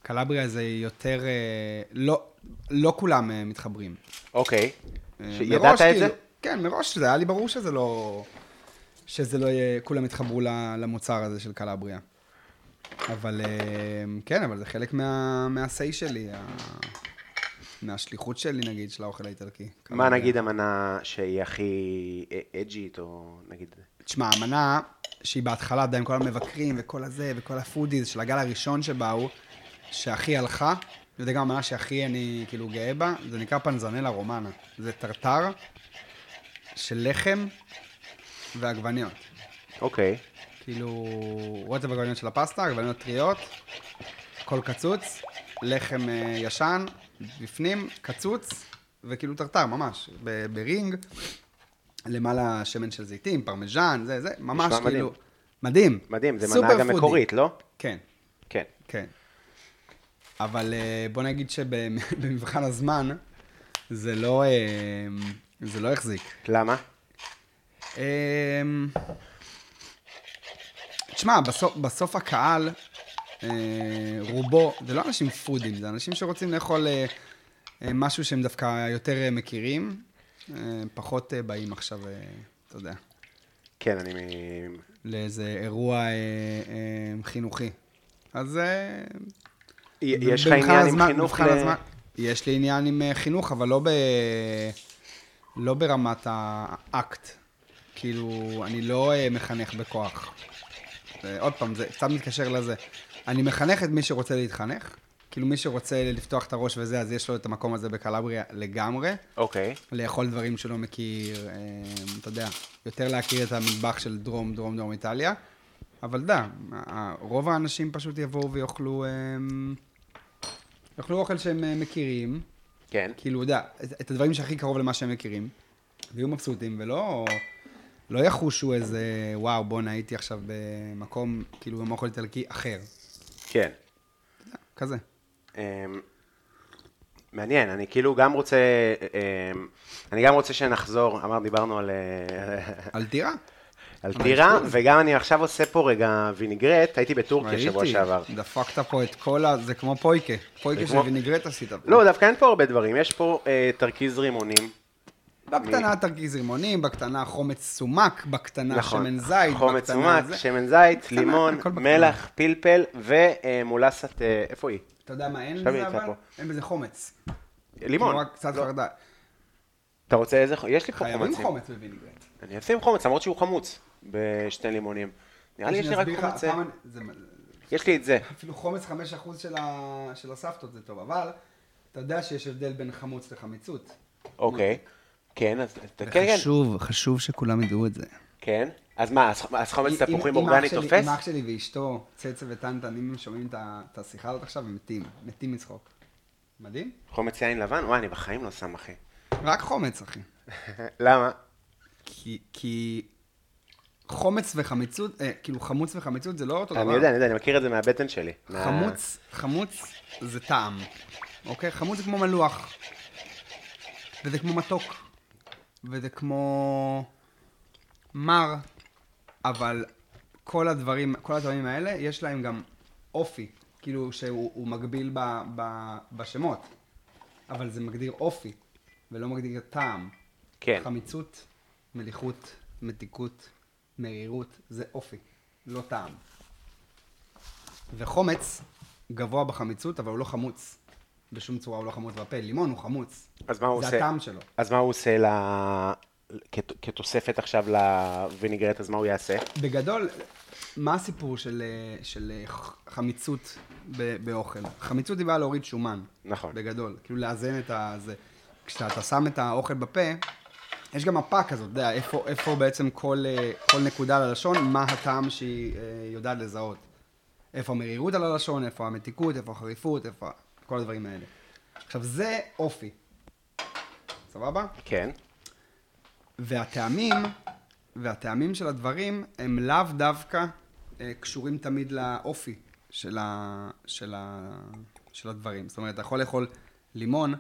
B: קלבריה זה יותר... אה, לא, לא כולם אה, מתחברים.
C: אוקיי.
B: אה, מראש,
C: ש- ידעת את
B: כאילו-
C: זה?
B: כן, מראש זה היה לי ברור שזה לא... שזה לא יהיה... כולם יתחברו ל- למוצר הזה של קלבריה. אבל אה, כן, אבל זה חלק מה, מהסיי שלי, ה- מהשליחות שלי, נגיד, של האוכל האיטלקי.
C: מה
B: קלבריה.
C: נגיד המנה שהיא הכי א- אג'ית, או נגיד...
B: תשמע, אמנה שהיא בהתחלה עדיין כל המבקרים וכל הזה וכל הפודיז של הגל הראשון שבאו, שהכי הלכה, וזה גם אמנה שהכי אני כאילו גאה בה, זה נקרא פנזנלה רומנה. זה טרטר של לחם ועגבניות.
C: אוקיי.
B: כאילו, רוטב עגבניות של הפסטה, עגבניות טריות, כל קצוץ, לחם אה, ישן, בפנים, קצוץ, וכאילו טרטר, ממש, ב- ברינג, למעלה שמן של זיתים, פרמיז'ן, זה, זה, ממש
C: נשמע
B: כאילו...
C: מדהים.
B: מדהים.
C: מדהים, זה
B: סופר
C: מנה גם
B: פודי.
C: מקורית, לא?
B: כן,
C: כן.
B: כן. אבל אה, בוא נגיד שבמבחן הזמן, זה לא, אה, זה לא החזיק.
C: למה?
B: אמ, תשמע, בסוף, בסוף הקהל, אה, רובו, זה לא אנשים פודים, זה אנשים שרוצים לאכול אה, אה, משהו שהם דווקא יותר אה, מכירים, אה, פחות אה, באים עכשיו, אה, אתה יודע,
C: כן, אני... מ-
B: לאיזה אירוע אה, אה, חינוכי. אז אה,
C: י- יש לך
B: במבחן
C: עניין עם
B: הזמן-
C: חינוך
B: במבחן
C: ל-
B: הזמן- יש לי עניין עם אה, חינוך, אבל לא, ב... לא ברמת האקט. כאילו, אני לא אה, מחנך בכוח. זה- עוד פעם, זה קצת מתקשר לזה. אני מחנך את מי שרוצה להתחנך. כאילו, מי שרוצה לפתוח את הראש וזה, אז יש לו את המקום הזה בקלבריה לגמרי.
C: אוקיי.
B: לאכול דברים שלא מכיר, אה, אתה יודע, יותר להכיר את המטבח של דרום, דרום, דרום איטליה. אבל די, רוב האנשים פשוט יבואו ויאכלו אה, יאכלו אוכל שהם אה, מכירים,
C: כן.
B: כאילו, אתה יודע, את, את הדברים שהכי קרוב למה שהם מכירים, ויהיו מבסוטים, ולא לא יחושו איזה, וואו, בואנה, הייתי עכשיו במקום, כאילו, עם אוכל איטלקי אחר.
C: כן.
B: כזה.
C: אמ, מעניין, אני כאילו גם רוצה, אמ, אני גם רוצה שנחזור, אמר, דיברנו על, אה,
B: על טירה.
C: על
B: על
C: טירה,
B: האשכול.
C: וגם אני עכשיו עושה פה רגע וינגרט, הייתי בטורקיה אוקיי, שבוע
B: ראיתי,
C: שעבר.
B: דפקת פה את כל ה... זה כמו פויקה. פויקה
C: זה
B: של
C: כמו-
B: וינגרט עשית פה.
C: לא, דווקא אין פה הרבה דברים, יש פה אה, תרכיז רימונים.
B: בקטנה תרגיז רימונים, בקטנה חומץ סומק, בקטנה
C: נכון,
B: שמן זית,
C: חומץ
B: בקטנה
C: סומק,
B: זה.
C: שמן זית,
B: בקטנה,
C: לימון,
B: הכל בקטנה.
C: מלח, פלפל ומולסת, אה, איפה היא?
B: אתה יודע מה אין
C: עכשיו
B: בזה
C: יצא
B: אבל?
C: פה.
B: אין בזה חומץ.
C: לימון.
B: כמו רק קצת
C: לא.
B: חרדל.
C: אתה רוצה איזה, ח- יש לי פה
B: חייבים
C: חומצים.
B: חומץ בווינגרט.
C: אני אשים חומץ, למרות שהוא חמוץ, בשתי לימונים. נראה לי יש לי רק
B: אסביר לך,
C: חומץ, אה.
B: הפעם אני- זה-
C: יש לי את זה.
B: אפילו חומץ 5% של ה- של הסבתות זה טוב, אבל אתה יודע שיש הבדל בין חמוץ לחמיצות.
C: אוקיי. כן, אז אז- כן, כן.
B: חשוב, חשוב שכולם ידעו את זה.
C: כן. אז מה, אז חומ- אז חומץ
B: אם-
C: תפוחים
B: אם אח
C: אורגני
B: שלי-
C: תופס?
B: אם אח שלי ואשתו, צצה וטנטן, אם הם שומעים את ה- את השיחה הזאת עכשיו, הם מתים, מתים מצחוק. מדהים?
C: חומץ יין לבן? וואי, אני בחיים לא שם, אחי.
B: רק חומץ, אחי.
C: למה?
B: כי, כי חומץ וחמיצות, אה, כאילו חמוץ וחמיצות זה לא אותו דבר.
C: אני יודע, אני יודע, אני מכיר את זה מהבטן שלי. מה-
B: חמוץ, חמוץ זה טעם, אוקיי? חמוץ זה כמו מלוח, וזה כמו מתוק, וזה כמו מר, אבל כל הדברים, כל הדברים האלה, יש להם גם אופי, כאילו שהוא הוא מגביל ב, ב, בשמות, אבל זה מגדיר אופי, ולא מגדיר טעם.
C: כן.
B: חמיצות, מליחות, מתיקות, מרירות, זה אופי, לא טעם. וחומץ גבוה בחמיצות, אבל הוא לא חמוץ. בשום צורה הוא לא חמוץ בפה. לימון הוא חמוץ.
C: אז מה הוא עושה?
B: זה הטעם שלו.
C: אז מה הוא עושה ל... כת- כתוספת עכשיו לוויניגרט, אז מה הוא יעשה?
B: בגדול, מה הסיפור של, אה, של אה, ח- חמיצות ב- באוכל? חמיצות היא באה להוריד שומן.
C: נכון.
B: בגדול. כאילו לאזן את ה... זה. כשאתה שם את האוכל בפה, יש גם מפה כזאת, אתה יודע, איפה, איפה בעצם כל, אה, כל נקודה על הלשון, מה הטעם שהיא אה, יודעת לזהות. איפה המרירות על הלשון, איפה המתיקות, איפה החריפות, איפה... כל הדברים האלה. עכשיו, זה אופי. סבבה?
C: כן.
B: והטעמים, והטעמים של הדברים, הם לאו דווקא אה, קשורים תמיד לאופי של, ה, של, ה, של הדברים. זאת אומרת, אתה יכול לאכול לימון,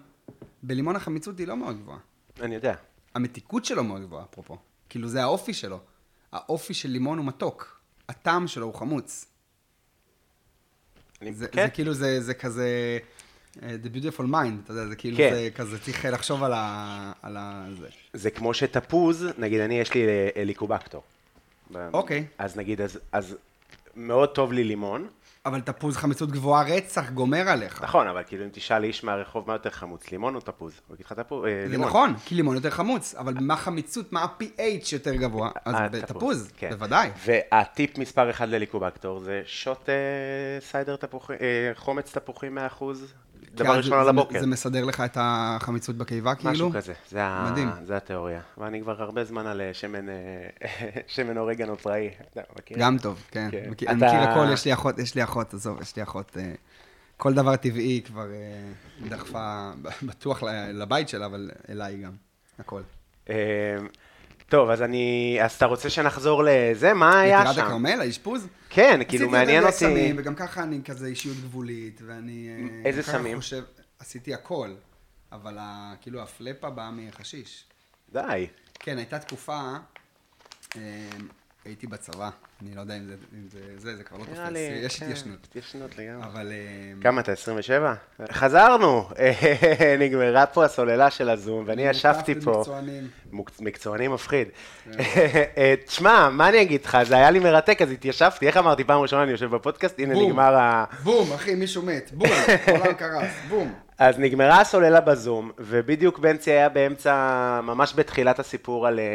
B: בלימון החמיצות היא לא מאוד גבוהה.
C: אני יודע.
B: המתיקות שלו מאוד גבוהה, אפרופו. כאילו, זה האופי שלו. האופי של לימון הוא מתוק. הטעם שלו הוא חמוץ.
C: אני-
B: זה,
C: כן.
B: זה כאילו, זה, זה כזה... אה, The Beautiful Mind, אתה יודע, זה כאילו,
C: כן.
B: זה כזה, צריך לחשוב על ה... על ה... זה.
C: זה כמו שתפוז, נגיד אני יש לי אה, ליקובקטור.
B: אוקיי.
C: אז נגיד, אז, אז מאוד טוב לי לימון,
B: אבל תפוז חמיצות גבוהה רצח גומר עליך.
C: נכון, אבל כאילו אם תשאל איש מהרחוב מה יותר חמוץ, לימון או תפוז? הוא יגיד לך תפוז, אה,
B: זה
C: לימון.
B: נכון, כי לימון יותר חמוץ, אבל מה חמיצות, מה ה-PH יותר גבוה? אז
C: אה,
B: בתפוז,
C: כן.
B: בוודאי.
C: והטיפ מספר אחד לליקובקטור זה שוט אה, סיידר תפוחים, אה, חומץ תפוחים 100%, דבר
B: כי כן, אז
C: ראשון
B: זה-
C: על הבוקר.
B: זה מסדר לך את החמיצות בקיבה, כאילו?
C: משהו כזה, זה, ה-
B: מדהים.
C: זה התיאוריה. ואני כבר הרבה זמן על אה, שמן, אה, שמן אורגנו פראי, אתה מכיר?
B: גם טוב, כן.
C: כן.
B: מכיר- אני
C: אתה-
B: מכיר הכל, יש לי אחות, יש לי אחות, עזוב, יש לי אחות. אה, כל דבר טבעי כבר אה, דחפה, ב- בטוח ל- לבית שלה, אבל אליי גם. הכל.
C: אה, טוב, אז אני, אז אתה רוצה שנחזור לזה? מה היה
B: לטירת
C: שם?
B: הכרמל, האשפוז?
C: כן, כאילו
B: עשיתי
C: מעניין
B: הרבה
C: אותי.
B: סמים, וגם ככה אני כזה אישיות גבולית, ואני... אה,
C: איזה
B: גם ככה
C: סמים?
B: חושב, עשיתי הכל, אבל ה- כאילו הפלפה באה מחשיש.
C: די.
B: כן, הייתה תקופה, אה, הייתי בצבא, אני לא יודע אם זה, אם זה, זה, זה כבר לא תופס,
C: נראה לי,
B: יש
C: כן,
B: התיישנות.
C: התיישנות לגמרי.
B: אבל... אה,
C: כמה אתה? 27? חזרנו! נגמרה פה הסוללה של הזום, ואני ישבתי
B: מוקפת
C: פה.
B: מקצוענים.
C: מוק- מקצועני מפחיד.
B: כן.
C: אה, תשמע, מה אני אגיד לך? זה היה לי מרתק, אז התיישבתי. איך אמרתי, פעם ראשונה אני יושב בפודקאסט, הנה
B: בום.
C: נגמר ה...
B: בום, אחי, מישהו מת, בום, עולם קרס, בום.
C: אז נגמרה הסוללה בזום, ובדיוק בנצי היה באמצע, ממש בתחילת הסיפור על... אה,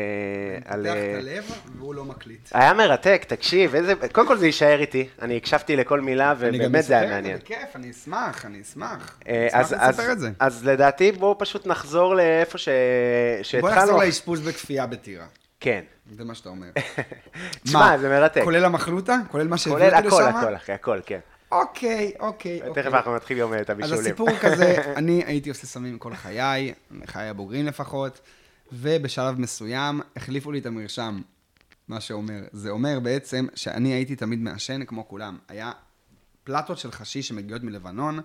C: על...
B: פותח
C: אה,
B: את הלב והוא לא מקליט.
C: היה מרתק, תקשיב, איזה... קודם כל זה יישאר איתי, אני הקשבתי לכל מילה,
B: אני גם
C: ובאמת זה היה
B: מספר את
C: מעניין.
B: בכיף, אני אשמח, אני אשמח.
C: אה,
B: אני
C: אז,
B: אשמח
C: אז,
B: לספר את זה.
C: אז לדעתי בואו פשוט נחזור לאיפה ש...
B: בוא
C: שהתחלנו.
B: נחזור לאשפוז בכפייה בטירה.
C: כן.
B: זה מה שאתה אומר.
C: תשמע, זה מרתק.
B: כולל המחלוטה? כולל מה שהביאו
C: כולל
B: אותי לשם?
C: הכל, הכל, אחי, הכל, כן.
B: אוקיי, אוקיי, אוקיי.
C: תכף אנחנו נתחיל גם את
B: אז
C: הבישולים.
B: הסיפור הוא כזה, אני הייתי עושה סמים כל חיי, חיי הבוגרים לפחות, ובשלב מסוים החליפו לי את המרשם. מה שאומר, זה אומר בעצם שאני הייתי תמיד מעשן כמו כולם. היה פלטות של חשיש שמגיעות מלבנון,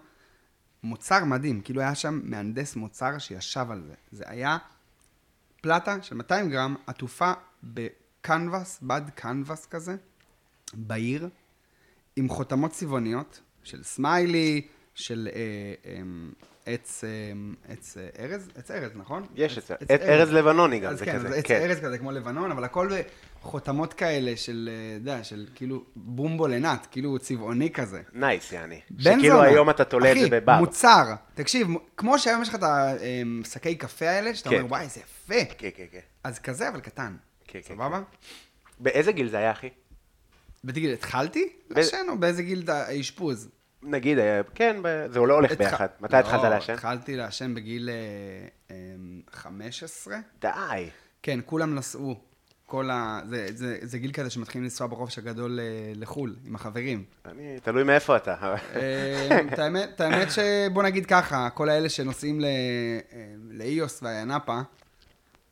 B: מוצר מדהים, כאילו היה שם מהנדס מוצר שישב על זה. זה היה פלטה של 200 גרם, עטופה בקנבס, בד קנבס כזה, בעיר, עם חותמות צבעוניות של סמיילי, של אה, אה, עץ, אה, עץ אה, ארז, עץ ארז, נכון?
C: יש את זה. עץ ארז לבנוני גם,
B: אז
C: זה
B: כן,
C: כזה,
B: אז עץ
C: כן.
B: ארז כזה כמו לבנון, אבל הכל בחותמות כאלה של, אה, אתה יודע, של כאילו בומבו לנת, כאילו צבעוני כזה.
C: נייס, יעני.
B: בן
C: שכאילו
B: זונה.
C: היום אתה תולה את זה בבר.
B: אחי, מוצר. תקשיב, מ- כמו שהיום יש לך את השקי קפה האלה, שאתה
C: כן.
B: אומר, וואי, איזה יפה.
C: כן, כן, כן.
B: אז כזה, אבל קטן.
C: כן, כן.
B: סבבה?
C: באיזה גיל זה היה, אחי?
B: בגיל התחלתי?
C: ב-
B: לעשן או באיזה גיל אתה- האשפוז?
C: נגיד, אה, כן, ב- זה לא הולך
B: התח-
C: ביחד. מתי התחלת לעשן?
B: לא, התחלתי לעשן בגיל אה, אמ, 15.
C: די.
B: כן, כולם נסעו. כל ה... זה, זה, זה גיל כזה שמתחילים לנסוע בחופש הגדול אה, לחו"ל, עם החברים.
C: אני, תלוי מאיפה אתה.
B: אמ, את האמת- את האמת שבוא נגיד ככה, כל האלה שנוסעים ל- אמ, לאיוס והיאנפה,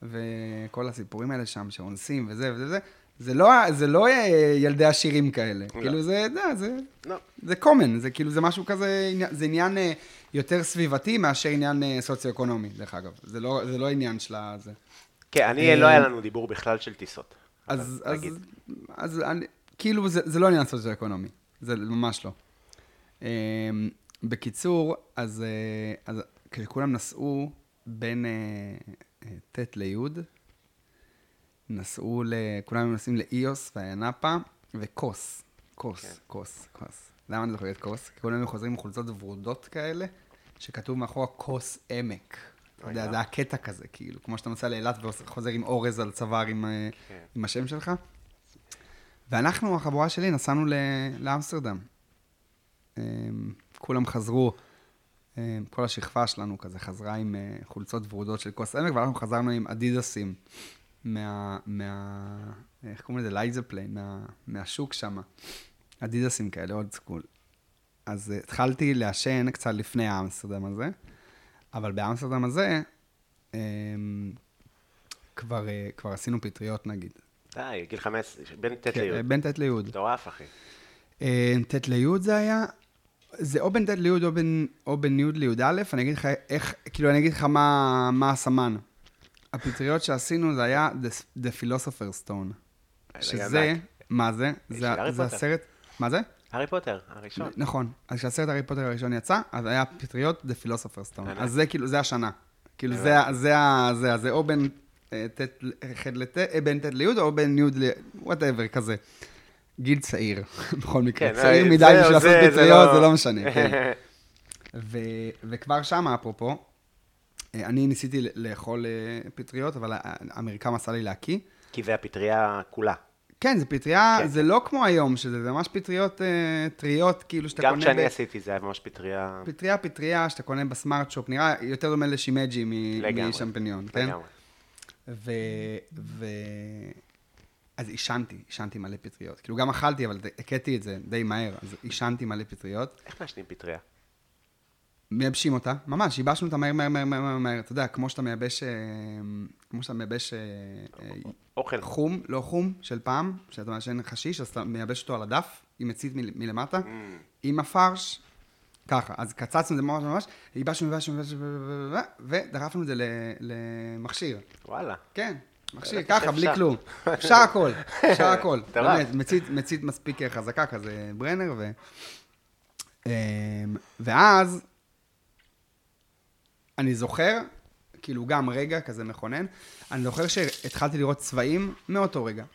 B: וכל הסיפורים האלה שם, שאונסים וזה וזה וזה, זה לא, ה- זה לא אה, ילדי עשירים כאלה. כאילו זה, אתה יודע, זה,
C: לא.
B: זה common, זה כאילו, זה משהו כזה, עני- זה עניין אה, יותר סביבתי מאשר עניין אה, סוציו-אקונומי, דרך אגב. זה לא, זה לא עניין של ה... זה.
C: כן, אני,
B: אה,
C: לא היה לנו דיבור בכלל של טיסות.
B: אז,
C: אבל
B: אז,
C: נגיד.
B: אז אני, כאילו, זה, זה לא עניין סוציו-אקונומי, זה ממש לא. אמ, בקיצור, אז, אה, אז כשכולם נסעו בין אה, אה, ט' לי', נסעו, ל, כולם נוסעים לאיוס והיאנפה, וכוס, כוס,
C: כן.
B: כוס, כוס. למה אני זוכר את כוס? כי כולם היו חוזרים עם חולצות ורודות כאלה, שכתוב מאחורה כוס עמק. אתה יודע,
C: אוי, לא.
B: זה היה קטע כזה, כאילו, כמו שאתה נוסע לאילת וחוזר עם אורז על צוואר עם, אה,
C: כן.
B: עם השם שלך. ואנחנו, החבורה שלי, נסענו ל- לאמסטרדם. אה, כולם חזרו, אה, כל השכבה שלנו כזה חזרה עם אה, חולצות ורודות של כוס עמק, ואנחנו חזרנו עם אדידסים מה... מה איך קוראים לזה? לייזפליי, מה, מהשוק שם. אדידסים כאלה, אולד סקול. אז אה, התחלתי לעשן קצת לפני האמסטרדם הזה, אבל באמסטרדם הזה אה, כבר, אה, כבר עשינו פטריות נגיד.
C: די, גיל 15, בין ט'
B: כן,
C: לי'.
B: בין ט' לי'.
C: מטורף, אחי.
B: אה, ט' לי' זה היה, זה או בין ט' לי' או בין- או בין י' לי"א, אני אגיד לך איך, כאילו, אני אגיד לך מה מה הסמן. הפטריות שעשינו זה היה The- The Philosopher's Stone. שזה,
C: אה, ענק. אה,
B: מה זה?
C: של
B: זה
C: הארי
B: זה
C: פוטר.
B: הסרט, מה זה?
C: הארי פוטר, הראשון.
B: נכון. אז כשהסרט הארי פוטר הראשון יצא, אז היה פטריות The Philosopher's Stone.
C: ענק.
B: אז זה כאילו, זה השנה. כאילו, זה ה- זה ה- זה ה- זה או בין אה, ט' ל- ח' לט, אה, בין ט' לי' או בין י' ל... וואטאבר, כזה. גיל צעיר, בכל מקרה.
C: כן,
B: צעיר
C: אה,
B: מדי
C: זה-
B: בשביל לעשות
C: זה- זה
B: פטריות,
C: לא-
B: זה לא משנה. כן. ו, וכבר שמה, אפרופו, אה, אני ניסיתי ל- לאכול אה, פטריות, אבל ה- המרקם עשה לי להקיא.
C: כי זה הפטריה כולה.
B: כן, זה פטריה,
C: כן.
B: זה לא כמו היום, שזה זה ממש פטריות אה, טריות, כאילו שאתה
C: גם
B: קונה...
C: כשאני
B: ב-
C: עשיתי זה היה ממש פטריה...
B: פטריה, פטריה, שאתה קונה בסמארט שופ, נראה יותר דומה לשימג'י מ-
C: לגמרי.
B: משמפניון, כן?
C: לגמרי.
B: ו... ו... אז עישנתי, עישנתי מלא פטריות. כאילו, גם אכלתי, אבל הכיתי את זה די מהר, אז עישנתי מלא פטריות.
C: איך מעשנים פטריה?
B: מייבשים אותה, ממש, ייבשנו אותה מהר, מהר, מהר, מהר, מהר, מהר, אתה יודע, כמו שאתה מייבש, אה, כמו שאתה מייבש אה, אה,
C: אוכל.
B: חום, לא חום, של פעם, שאתה מעשן חשיש, אז אתה מייבש אותו על הדף, עם מצית מל- מלמטה, עם הפרש, ככה, אז קצצנו את זה ממש ממש, ייבשנו, ייבשנו, ייבשנו, ודחפנו את זה ל- למכשיר,
C: וואלה.
B: כן, מכשיר,
C: ידעתי
B: ככה, בלי
C: שאפשר.
B: כלום, אפשר הכל, אפשר הכל,
C: מטורף.
B: באמת, מצית- מצית מספיק חזקה כזה, ברנר, ו... אמ, ואז אני זוכר, כאילו גם רגע כזה מכונן, אני זוכר שהתחלתי לראות צבעים מאותו רגע,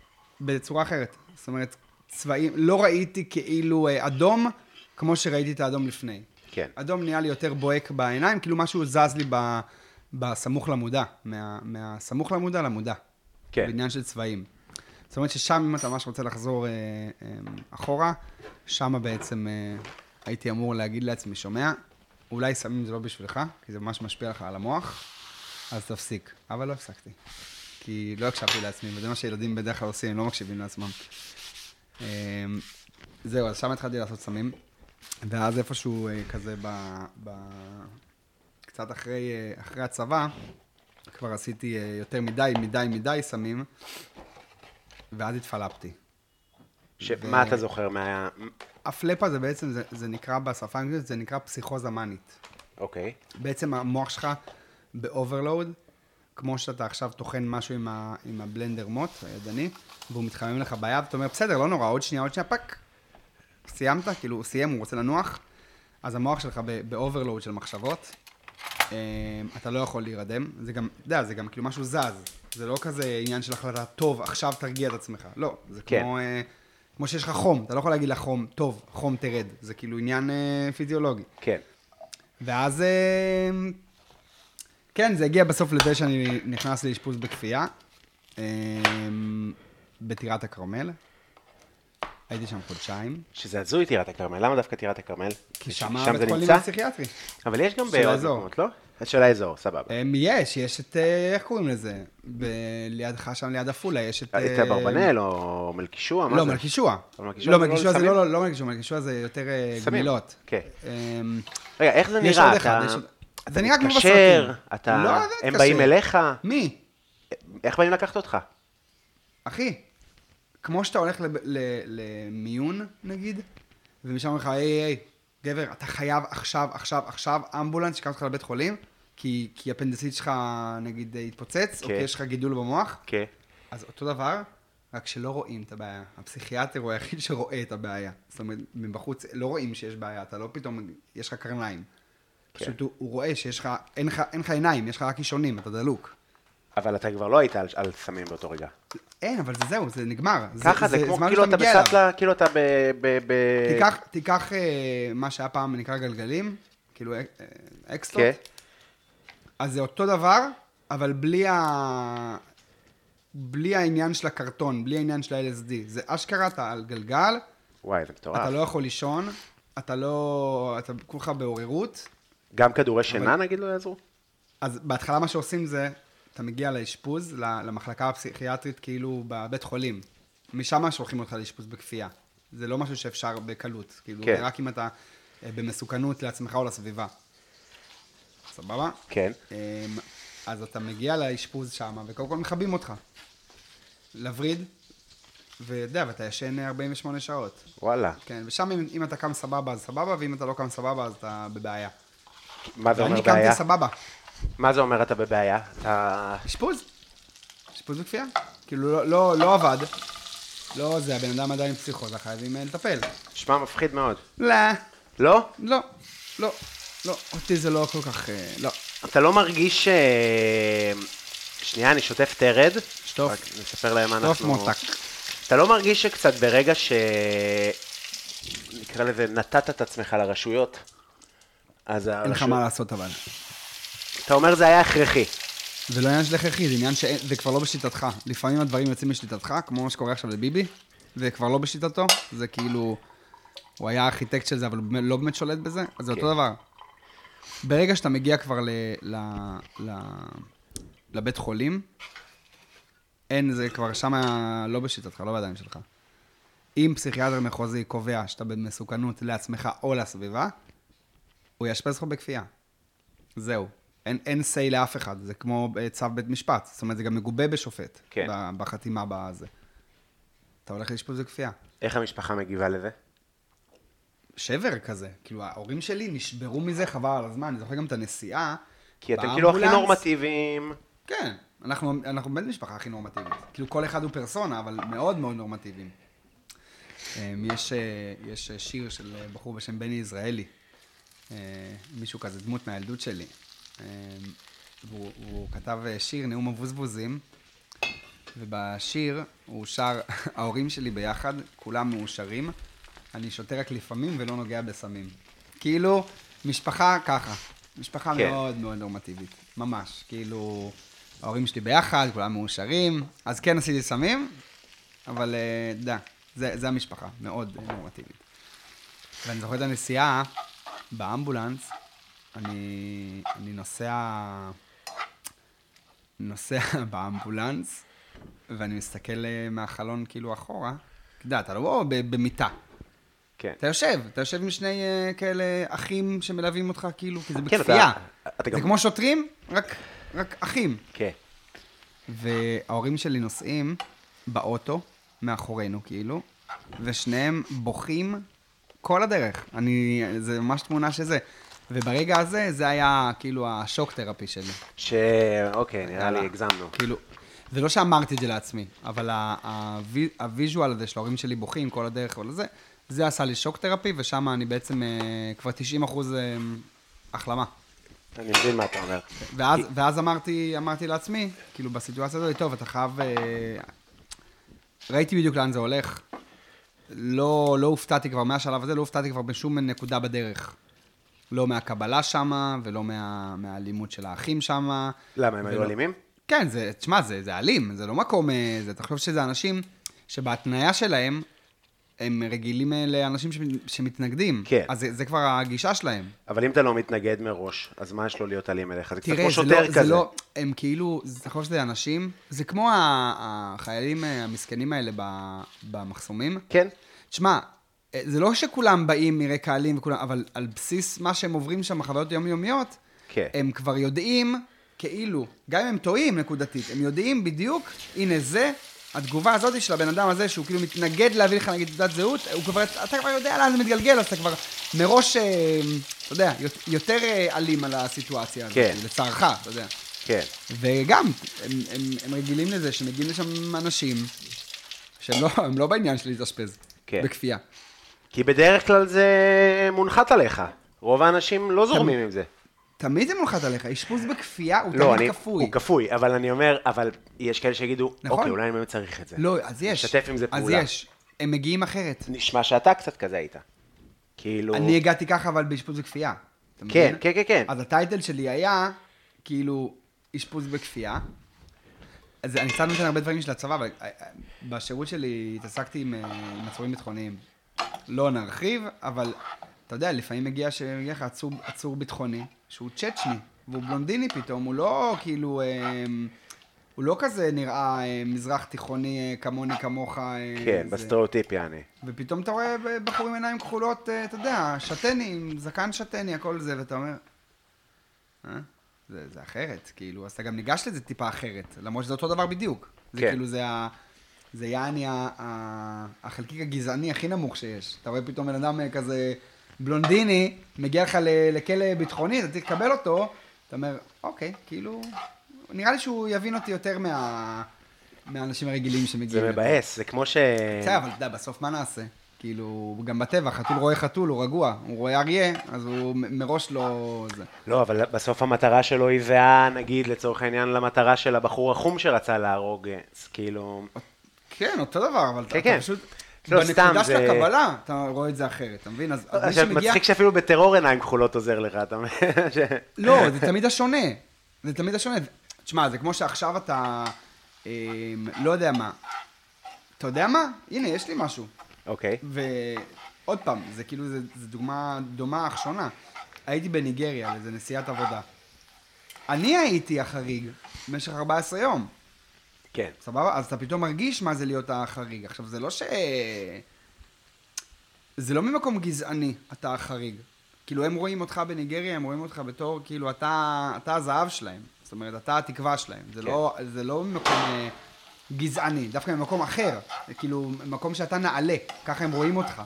B: בצורה אחרת. זאת אומרת, צבעים, לא ראיתי כאילו אה, אדום, כמו שראיתי את האדום לפני.
C: כן.
B: אדום נהיה לי יותר בוהק בעיניים, כאילו משהו זז לי ב, בסמוך למודע, מה, מהסמוך למודע למודע.
C: כן.
B: בעניין של צבעים. זאת אומרת ששם, אם אתה ממש רוצה לחזור אה, אה, אחורה, שם בעצם אה, הייתי אמור להגיד לעצמי, שומע, אולי סמים זה לא בשבילך, כי זה ממש משפיע לך על המוח, אז תפסיק. אבל לא הפסקתי, כי לא הקשבתי לעצמי, וזה מה שילדים בדרך כלל עושים, הם לא מקשיבים לעצמם. אה, זהו, אז שם התחלתי לעשות סמים, ואז איפשהו אה, כזה ב... ב... קצת אחרי, אה, אחרי הצבא, כבר עשיתי אה, יותר מדי, מדי, מדי סמים, ואז התפלפתי.
C: ש- מה אתה זוכר מה...
B: הפלפה זה בעצם, זה, זה נקרא בשפה האנגלית, זה נקרא פסיכוזה מאנית.
C: אוקיי.
B: בעצם המוח שלך באוברלואוד, כמו שאתה עכשיו טוחן משהו עם, ה, עם הבלנדר מוט הידני, והוא מתחמם לך ביד, אתה אומר, בסדר, לא נורא, עוד שנייה, עוד שנייה, פאק. סיימת, כאילו, הוא סיים, הוא רוצה לנוח, אז המוח שלך ב- באוברלואוד של מחשבות, אמ, אתה לא יכול להירדם, זה גם, אתה יודע, זה גם כאילו משהו זז, זה לא כזה עניין של החלטה, טוב, עכשיו תרגיע את עצמך, לא, זה
C: כן.
B: כמו, אה, כמו שיש לך חום, אתה לא יכול להגיד לחום, טוב, חום תרד, זה כאילו עניין אה, פיזיולוגי.
C: כן.
B: ואז... אה, כן, זה הגיע בסוף לזה שאני נכנס לאשפוז בכפייה, אה, בטירת הכרמל. הייתי שם חודשיים,
C: שזה הזוי טירת הכרמל. למה דווקא טירת הכרמל?
B: כי
C: שם
B: שם
C: זה
B: הבית חולים
C: נמצא?
B: הפסיכיאטרי.
C: אבל יש גם
B: של
C: בעוד
B: האזור.
C: מקומות, לא? של האזור, סבבה.
B: אה, יש, יש את, אה, איך קוראים לזה? ב- לידך שם, ליד עפולה, יש את...
C: את
B: אה,
C: אברבנאל או מלכישוע? מה
B: לא,
C: זה?
B: מלכישוע.
C: אבל מלכישוע
B: לא,
C: זה לא
B: מלכישוע זה
C: לסמים?
B: לא, לא, לא מלכישוע, מלכישוע זה יותר אה,
C: סמים.
B: גמילות.
C: כן.
B: אה,
C: רגע, איך זה
B: יש
C: נראה?
B: עוד
C: אתה-
B: אחד, יש עוד-
C: אתה
B: זה נראה כמו
C: מתקשר,
B: בסרטים.
C: אתה-
B: לא, זה
C: הם
B: מתקשר.
C: באים אליך?
B: מי?
C: איך באים לקחת אותך?
B: אחי, כמו שאתה הולך לב- ל- למיון, נגיד, ומשם אומרים לך, היי, היי, גבר, אתה חייב עכשיו, עכשיו, עכשיו, אמבולנס שיקח אותך לבית חולים, כי, כי הפנדסית שלך, נגיד, אה, התפוצץ, או כי
C: כן.
B: יש לך גידול במוח,
C: כן.
B: אז אותו דבר, רק שלא רואים את הבעיה. הפסיכיאטר הוא היחיד שרואה את הבעיה. זאת אומרת, מבחוץ לא רואים שיש בעיה, אתה לא פתאום, יש לך קרניים.
C: כן.
B: פשוט הוא, הוא רואה שיש לך, אין לך, אין לך עיניים, יש לך רק אישונים, אתה דלוק.
C: אבל אתה כבר לא היית על- על סמים באותו רגע.
B: אין, אבל זה זהו, זה נגמר.
C: ככה זה כמו
B: זמן
C: כאילו
B: שאתה
C: אתה
B: מגיע אליו.
C: בסטלה, כאילו אתה ב... ב- ב-
B: תיקח, תיקח אה, מה שהיה פעם נקרא גלגלים, כאילו אה, אה, אקסטות,
C: כן.
B: אז זה אותו דבר, אבל בלי, ה... בלי העניין של הקרטון, בלי העניין של ה-LSD. זה אשכרה, אתה על גלגל,
C: וואי, זה מטורף.
B: אתה לא יכול לישון, אתה לא... אתה כולך בעוררות,
C: גם כדורי שינה נגיד לא יעזרו?
B: אז בהתחלה מה שעושים זה, אתה מגיע לאשפוז, ל- למחלקה הפסיכיאטרית, כאילו בבית חולים. משם שולחים אותך לאשפוז בכפייה. זה לא משהו שאפשר בקלות. כאילו,
C: כן.
B: כן. רק אם אתה אה, במסוכנות לעצמך או לסביבה. סבבה?
C: כן.
B: אמ, אז אתה מגיע לאשפוז שם, וקודם כל מכבים אותך. לווריד, ואתה יודע, ואתה ישן 48 שעות.
C: וואלה.
B: כן, ושם אם, אם אתה קם סבבה, אז סבבה, ואם אתה לא קם סבבה, אז אתה בבעיה.
C: מה זה אומר
B: ואני
C: בעיה?
B: קמתי סבבה.
C: מה זה אומר אתה בבעיה? אתה...
B: אשפוז. אשפוז בכפייה. כאילו, לא, לא, לא עבד. לא זה, הבן אדם עדיין פסיכוזה, חייבים אה, לטפל.
C: נשמע מפחיד מאוד.
B: לא,
C: לא?
B: לא, לא, לא. אותי זה לא כל כך... אה, לא.
C: אתה לא מרגיש ש... שנייה, אני שוטף תרד.
B: שטוף.
C: רק נספר להם מה אנחנו...
B: טוב מותק.
C: אתה לא מרגיש שקצת ברגע ש... נקרא לזה, נתת את עצמך לרשויות, אז
B: אין לך
C: הרשויות...
B: מה לעשות אבל.
C: אתה אומר זה היה הכרחי.
B: זה לא עניין של הכרחי, זה עניין שזה כבר לא בשליטתך. לפעמים הדברים יוצאים משליטתך, כמו מה שקורה עכשיו לביבי, זה כבר לא בשליטתו, זה כאילו... הוא היה הארכיטקט של זה, אבל הוא באמת- לא באמת שולט בזה, אז זה אותו דבר. ברגע שאתה מגיע כבר ל, ל, ל, לבית חולים, אין, זה כבר שם לא בשליטתך, לא בידיים שלך. אם פסיכיאטר מחוזי קובע שאתה במסוכנות לעצמך או לסביבה, הוא יאשפז אותך בכפייה. זהו. אין, אין say לאף אחד, זה כמו אה, צו בית משפט. זאת אומרת, זה גם מגובה בשופט.
C: כן.
B: ב- בחתימה בזה. אתה הולך לאשפוז בכפייה.
C: איך המשפחה מגיבה לזה?
B: שבר כזה. כאילו, ההורים שלי נשברו מזה חבל על הזמן. אני זוכר גם את הנסיעה.
C: כי אתם כאילו הכי
B: באמבולנס.
C: נורמטיביים.
B: כן. אנחנו, אנחנו באמת משפחה הכי נורמטיבית. כאילו, כל אחד הוא פרסונה, אבל מאוד מאוד נורמטיביים. אמ, יש, אה, יש אה, שיר של אה, בחור בשם בני יזרעאלי. אה, מישהו כזה, דמות מהילדות שלי. אמ, והוא הוא כתב אה, שיר, נאום הבוזבוזים, ובשיר הוא שר, ההורים שלי ביחד, כולם מאושרים, אני שותה רק לפעמים ולא נוגע בסמים. כאילו, משפחה ככה. משפחה
C: כן.
B: כן. מאוד מאוד נורמטיבית, ממש. כאילו, ההורים שלי ביחד, כולם מאושרים, אז כן עשיתי סמים, אבל אה, אתה יודע, זה, זה המשפחה, מאוד אה, נורמטיבית. ואני זוכר את הנסיעה באמבולנס, אני, אני נוסע, נוסע באמבולנס, ואני מסתכל אה, מהחלון כאילו אחורה, אתה יודע, אתה לא ב- במיטה.
C: כן.
B: אתה יושב, אתה יושב עם שני אה, כאלה אחים שמלווים אותך כאילו, כי זה
C: כן, אתה-
B: בכפייה.
C: אתה
B: זה
C: גם-
B: כמו שוטרים, רק, רק אחים.
C: כן.
B: וההורים שלי נוסעים באוטו, מאחורינו כאילו, ושניהם בוכים כל הדרך. אני, זה ממש תמונה שזה. וברגע הזה, זה היה כאילו השוק תרפי שלי.
C: ש... אוקיי, נראה לי הגזמנו.
B: כאילו, זה לא שאמרתי את זה לעצמי, אבל ה- הווי- הוויז'ואל הזה של ההורים שלי בוכים כל הדרך וכל זה, זה עשה לי שוק תרפי, ושם אני בעצם אה, כבר 90 אחוז החלמה.
C: אני מבין מה אתה אומר.
B: ואז, ואז אמרתי, אמרתי לעצמי, כאילו בסיטואציה הזאת, טוב, אתה חייב... אה, ראיתי בדיוק לאן זה הולך. לא, לא הופתעתי כבר מהשלב הזה, לא הופתעתי כבר בשום נקודה בדרך. לא מהקבלה שמה, ולא מה, מהאלימות של האחים שמה.
C: למה, הם היו
B: ולא-
C: אלימים?
B: כן, זה, תשמע, זה, זה אלים, זה לא מקום... אה, זה, תחשוב שזה אנשים שבהתניה שלהם, הם רגילים אה, לאנשים שמת- שמתנגדים.
C: כן.
B: אז זה, זה כבר הגישה שלהם.
C: אבל אם אתה לא מתנגד מראש, אז מה יש לו להיות אלים אליך? זה קצת
B: תראה,
C: כמו
B: זה לא,
C: שוטר
B: זה
C: כזה.
B: לא, הם כאילו, זה נכון שזה אנשים, זה כמו ה- החיילים אה, המסכנים האלה ב- במחסומים.
C: כן?
B: תשמע, אה, זה לא שכולם באים מרקע אלים וכולם, אבל על בסיס מה שהם עוברים שם, החוויות היומיומיות,
C: כן.
B: הם כבר יודעים, כאילו, גם אם הם טועים נקודתית, הם יודעים בדיוק, הנה זה, התגובה הזאת של הבן אדם הזה, שהוא כאילו מתנגד להביא לך נגיד תעודת זהות, הוא כבר, אתה כבר יודע לאן זה מתגלגל, אז אתה כבר מראש, אה, אתה יודע, יות- יותר אה, אלים על הסיטואציה הזאת,
C: כן.
B: לצערך, אתה יודע.
C: כן.
B: וגם, הם, הם, הם רגילים לזה שמגיעים לשם אנשים שהם לא, הם לא בעניין של להתאשפז,
C: כן.
B: בכפייה.
C: כי בדרך כלל זה מונחת עליך. רוב האנשים לא זורמים עם זה.
B: תמיד זה מונחת עליך, אשפוז בכפייה הוא
C: לא,
B: תמיד
C: אני...
B: כפוי.
C: הוא כפוי, אבל אני אומר, אבל יש כאלה שיגידו,
B: נכון.
C: אוקיי, אולי אני באמת צריך את זה.
B: לא, אז יש.
C: משתף עם זה פעולה.
B: אז יש. הם מגיעים אחרת.
C: נשמע שאתה קצת כזה היית. כאילו...
B: אני הגעתי ככה, אבל באשפוז בכפייה. אתה
C: כן,
B: מבין?
C: כן, כן, כן.
B: אז הטייטל שלי היה, כאילו, אשפוז בכפייה. אז אני קצת נותן הרבה דברים של הצבא, אבל אה, אה, בשירות שלי התעסקתי עם אה, עם עצורים ביטחוניים. לא נרחיב, אבל אתה יודע, לפעמים מגיע שמגיע לך עצור, עצור ביטחוני, שהוא צ'צ'ני, והוא בלונדיני פתאום, הוא לא כאילו... אה, הוא לא כזה נראה אה, מזרח תיכוני אה, כמוני כמוך. אה,
C: כן,
B: זה.
C: בסטריאוטיפי אני.
B: ופתאום אתה רואה בחור עם עיניים כחולות, אה, אתה יודע, שתני, עם זקן שתני, הכל זה, ואתה אומר, אה? זה, זה אחרת, כאילו, אז אתה גם ניגש לזה טיפה אחרת, למרות שזה אותו דבר בדיוק. זה
C: כן.
B: כאילו, זה ה... זה יעני ה- ה- החלקיק הגזעני הכי נמוך שיש. אתה רואה פתאום בן אדם אה, כזה בלונדיני, מגיע לך ל- לכלא ביטחוני, אתה צריך לקבל אותו, אתה אומר, אוקיי, כאילו, נראה לי שהוא יבין אותי יותר מה... מהאנשים הרגילים שמגיעים.
C: זה
B: לפה."
C: מבאס, זה כמו ש...
B: כאילו. בסדר, אבל אתה יודע, בסוף מה נעשה? כאילו, גם בטבע, חתול רואה חתול, הוא רגוע. הוא רואה אריה, אז הוא מ- מראש לא... זה.
C: לא, אבל בסוף המטרה שלו היא זהה, נגיד, לצורך העניין, למטרה של הבחור החום שרצה להרוג, אז כאילו...
B: כן, אותו דבר, אבל אתה
C: כן,
B: אתה
C: כן.
B: פשוט...
C: לא, סתם,
B: בנקודה של
C: זה-
B: הקבלה, אתה רואה את זה אחרת, אתה מבין? אז אז מי
C: עכשיו,
B: שמגיע...
C: מצחיק שאפילו בטרור עיניים כחולות עוזר לך, אתה אומר? ש-
B: לא, זה תמיד השונה. זה תמיד השונה. תשמע, זה כמו שעכשיו אתה... אמ, לא יודע מה. אתה יודע מה? הנה, יש לי משהו.
C: אוקיי.
B: ועוד פעם, זה כאילו, זה, זה דוגמה דומה אך שונה. הייתי בניגריה לאיזה נסיעת עבודה. אני הייתי החריג במשך 14 יום,
C: כן.
B: סבבה? אז אתה פתאום מרגיש מה זה להיות החריג. עכשיו, זה לא ש... זה לא ממקום גזעני, אתה החריג. כאילו, הם רואים אותך בניגריה, הם רואים אותך בתור, כאילו, אתה, אתה הזהב שלהם. זאת אומרת, אתה התקווה שלהם. זה,
C: כן.
B: לא, זה לא ממקום אה, גזעני, דווקא ממקום אחר. זה כאילו, מקום שאתה נעלה, ככה הם רואים אותך.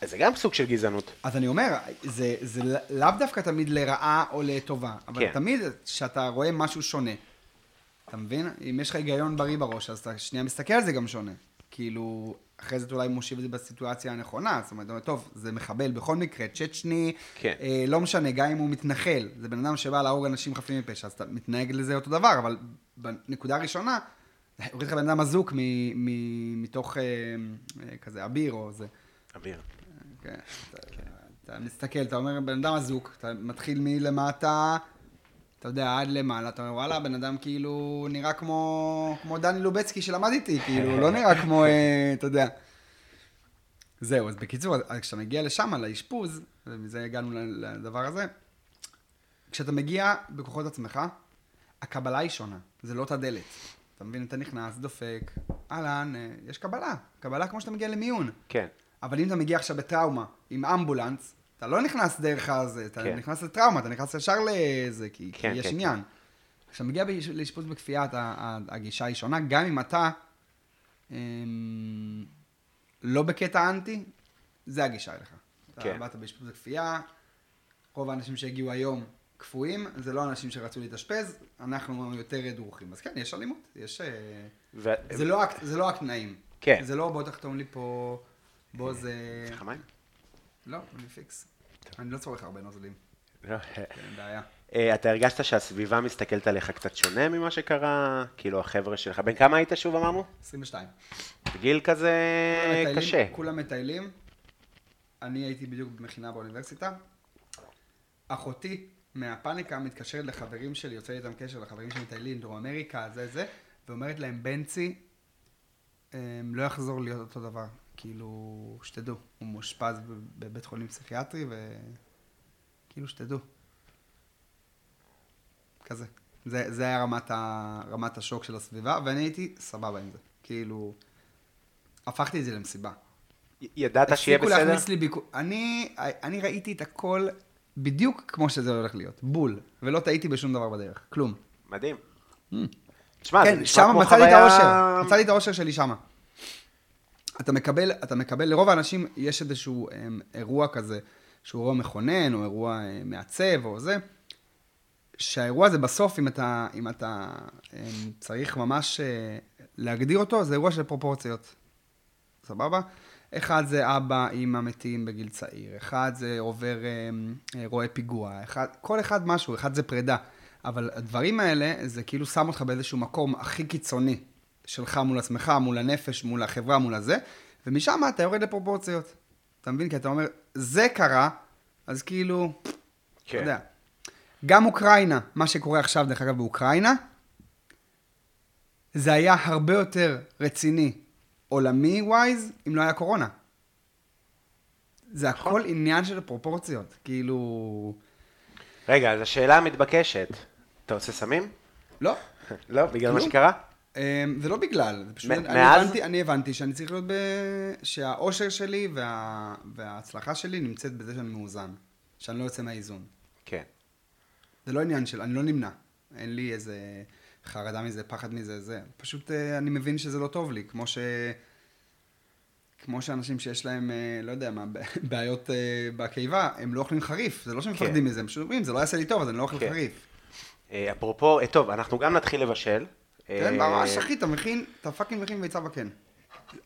C: אז זה גם סוג של גזענות.
B: אז אני אומר, זה, זה לאו דווקא תמיד לרעה או לטובה, אבל
C: כן.
B: כן. תמיד כשאתה רואה משהו שונה, אתה מבין? אם יש לך היגיון בריא בראש, אז אתה שנייה מסתכל על זה גם שונה. כאילו, אחרי זה אתה אולי מושיב את זה בסיטואציה הנכונה, זאת אומרת, אתה אומר, טוב, זה מחבל בכל מקרה, צ'צ'ני,
C: כן.
B: אה, לא משנה, גם אם הוא מתנחל, זה בן אדם שבא להרוג אנשים חפים מפשע, אז אתה מתנהג לזה אותו דבר, אבל בנקודה הראשונה, הוריד לך בן אדם אזוק מ- מ- מתוך אה, אה, כזה אביר או זה.
C: אביר.
B: כן, אתה- אתה מסתכל, אתה אומר, בן אדם אזוק, אתה מתחיל מלמטה, אתה יודע, עד למעלה, אתה אומר, וואלה, בן אדם כאילו נראה כמו, כמו דני לובצקי שלמד איתי, כאילו, לא נראה כמו, אה, אתה יודע. זהו, אז בקיצור, אז כשאתה מגיע לשם, לאשפוז, ומזה הגענו ל- לדבר הזה, כשאתה מגיע בכוחות עצמך, הקבלה היא שונה, זה לא אותה דלת. אתה מבין, אתה נכנס, דופק, אהלן, אה, יש קבלה, קבלה כמו שאתה מגיע למיון.
C: כן.
B: אבל אם אתה מגיע עכשיו בטראומה עם אמבולנס, אתה לא נכנס דרך הזה, אתה
C: כן.
B: כן. נכנס לטראומה, אתה נכנס ישר לזה, כי,
C: כן,
B: כן, כי יש
C: כן,
B: כן, עניין. כשאתה מגיע באש- לאשפוז בכפייה, אתה, ה- הגישה היא שונה, גם אם אתה אמ, לא בקטע אנטי, זה הגישה אליך.
C: כן.
B: אתה באת באשפוז בכפייה, רוב האנשים שהגיעו היום קפואים, זה לא אנשים שרצו להתאשפז, אנחנו יותר דרוכים. אז כן, יש אלימות, יש... אה,
C: ו-
B: זה לא אקט, זה לא אקט נעים.
C: כן.
B: זה לא בוא תחתום לי פה, בוא זה...
C: יש לך מים?
B: לא, אני פיקס. אני לא צורך הרבה נוזלים,
C: לא.
B: אין בעיה.
C: אה, אתה הרגשת שהסביבה מסתכלת עליך קצת שונה ממה שקרה? כאילו, החבר'ה שלך, בן כמה היית שוב אמרנו?
B: 22.
C: בגיל כזה
B: מטיילים,
C: קשה.
B: כולם מטיילים. אני הייתי בדיוק במכינה באוניברסיטה. אחותי מהפאניקה מתקשרת לחברים שלי, יוצא לי איתם קשר לחברים שמטיילים, דרום אמריקה, זה זה, ואומרת להם, בנצי, אמ, לא יחזור להיות אותו דבר. כאילו, שתדעו, הוא מאושפז בב- בבית חולים פסיכיאטרי, וכאילו, שתדעו. כזה. זה, זה היה רמת, ה, רמת השוק של הסביבה, ואני הייתי סבבה עם זה. כאילו, הפכתי את זה למסיבה.
C: י- ידעת שיהיה
B: הפסיקו
C: בסדר?
B: להכניס לי ביקור... אני, אני ראיתי את הכל בדיוק כמו שזה הולך להיות, בול, ולא טעיתי בשום דבר בדרך, כלום.
C: מדהים. תשמע, זה
B: Mm. כן,
C: נשמע
B: שם
C: כמו
B: מצא לי את
C: חוויה...
B: האושר, מצא לי את האושר שלי שמה. אתה מקבל, אתה מקבל, לרוב האנשים יש איזשהו הם, אירוע כזה, שהוא אירוע מכונן, או אירוע אה, מעצב, או זה, שהאירוע הזה בסוף, אם אתה, אם אתה הם, צריך ממש אה, להגדיר אותו, זה אירוע של פרופורציות. סבבה? אחד זה אבא, אימא מתים בגיל צעיר, אחד זה עובר, אה, אה, רואה פיגוע, אחד, כל אחד משהו, אחד זה פרידה. אבל הדברים האלה, זה כאילו שם אותך באיזשהו מקום הכי קיצוני שלך מול עצמך, מול הנפש, מול החברה, מול הזה, ומשם אתה יורד לפרופורציות. אתה מבין? כי אתה אומר, זה קרה, אז כאילו,
C: כן.
B: כן. אתה יודע. גם אוקראינה, מה שקורה עכשיו, דרך אגב, באוקראינה, זה היה הרבה יותר רציני עולמי ווייז, אם לא היה קורונה. זה
C: נכון.
B: הכל עניין של פרופורציות, כאילו...
C: רגע, אז השאלה המתבקשת, אתה עושה סמים?
B: לא.
C: לא, בגלל מה
B: כלום.
C: שקרה?
B: אמ, זה לא בגלל, זה פשוט...
C: מ-
B: אני
C: מאז?
B: הבנתי, אני הבנתי שאני צריך להיות ב... שהאושר שלי וה... וההצלחה שלי נמצאת בזה שאני מאוזן, שאני לא יוצא מהאיזון.
C: כן.
B: זה לא עניין של, אני לא נמנע. אין לי איזה... חרדה מזה, פחד מזה, זה. פשוט אה, אני מבין שזה לא טוב לי, כמו ש... כמו שאנשים שיש להם, אה, לא יודע מה, בעיות אה, בקיבה, הם לא אוכלים חריף, זה לא שהם
C: כן.
B: מפחדים מזה, הם פשוט אומרים, זה לא יעשה לי טוב, אז אני לא אוכל
C: כן.
B: חריף.
C: אה, אפרופו, אה, טוב, אנחנו גם נתחיל לבשל.
B: כן,
C: אה,
B: ממש, אחי, אתה מכין, אתה פאקינג מכין ביצה בקן.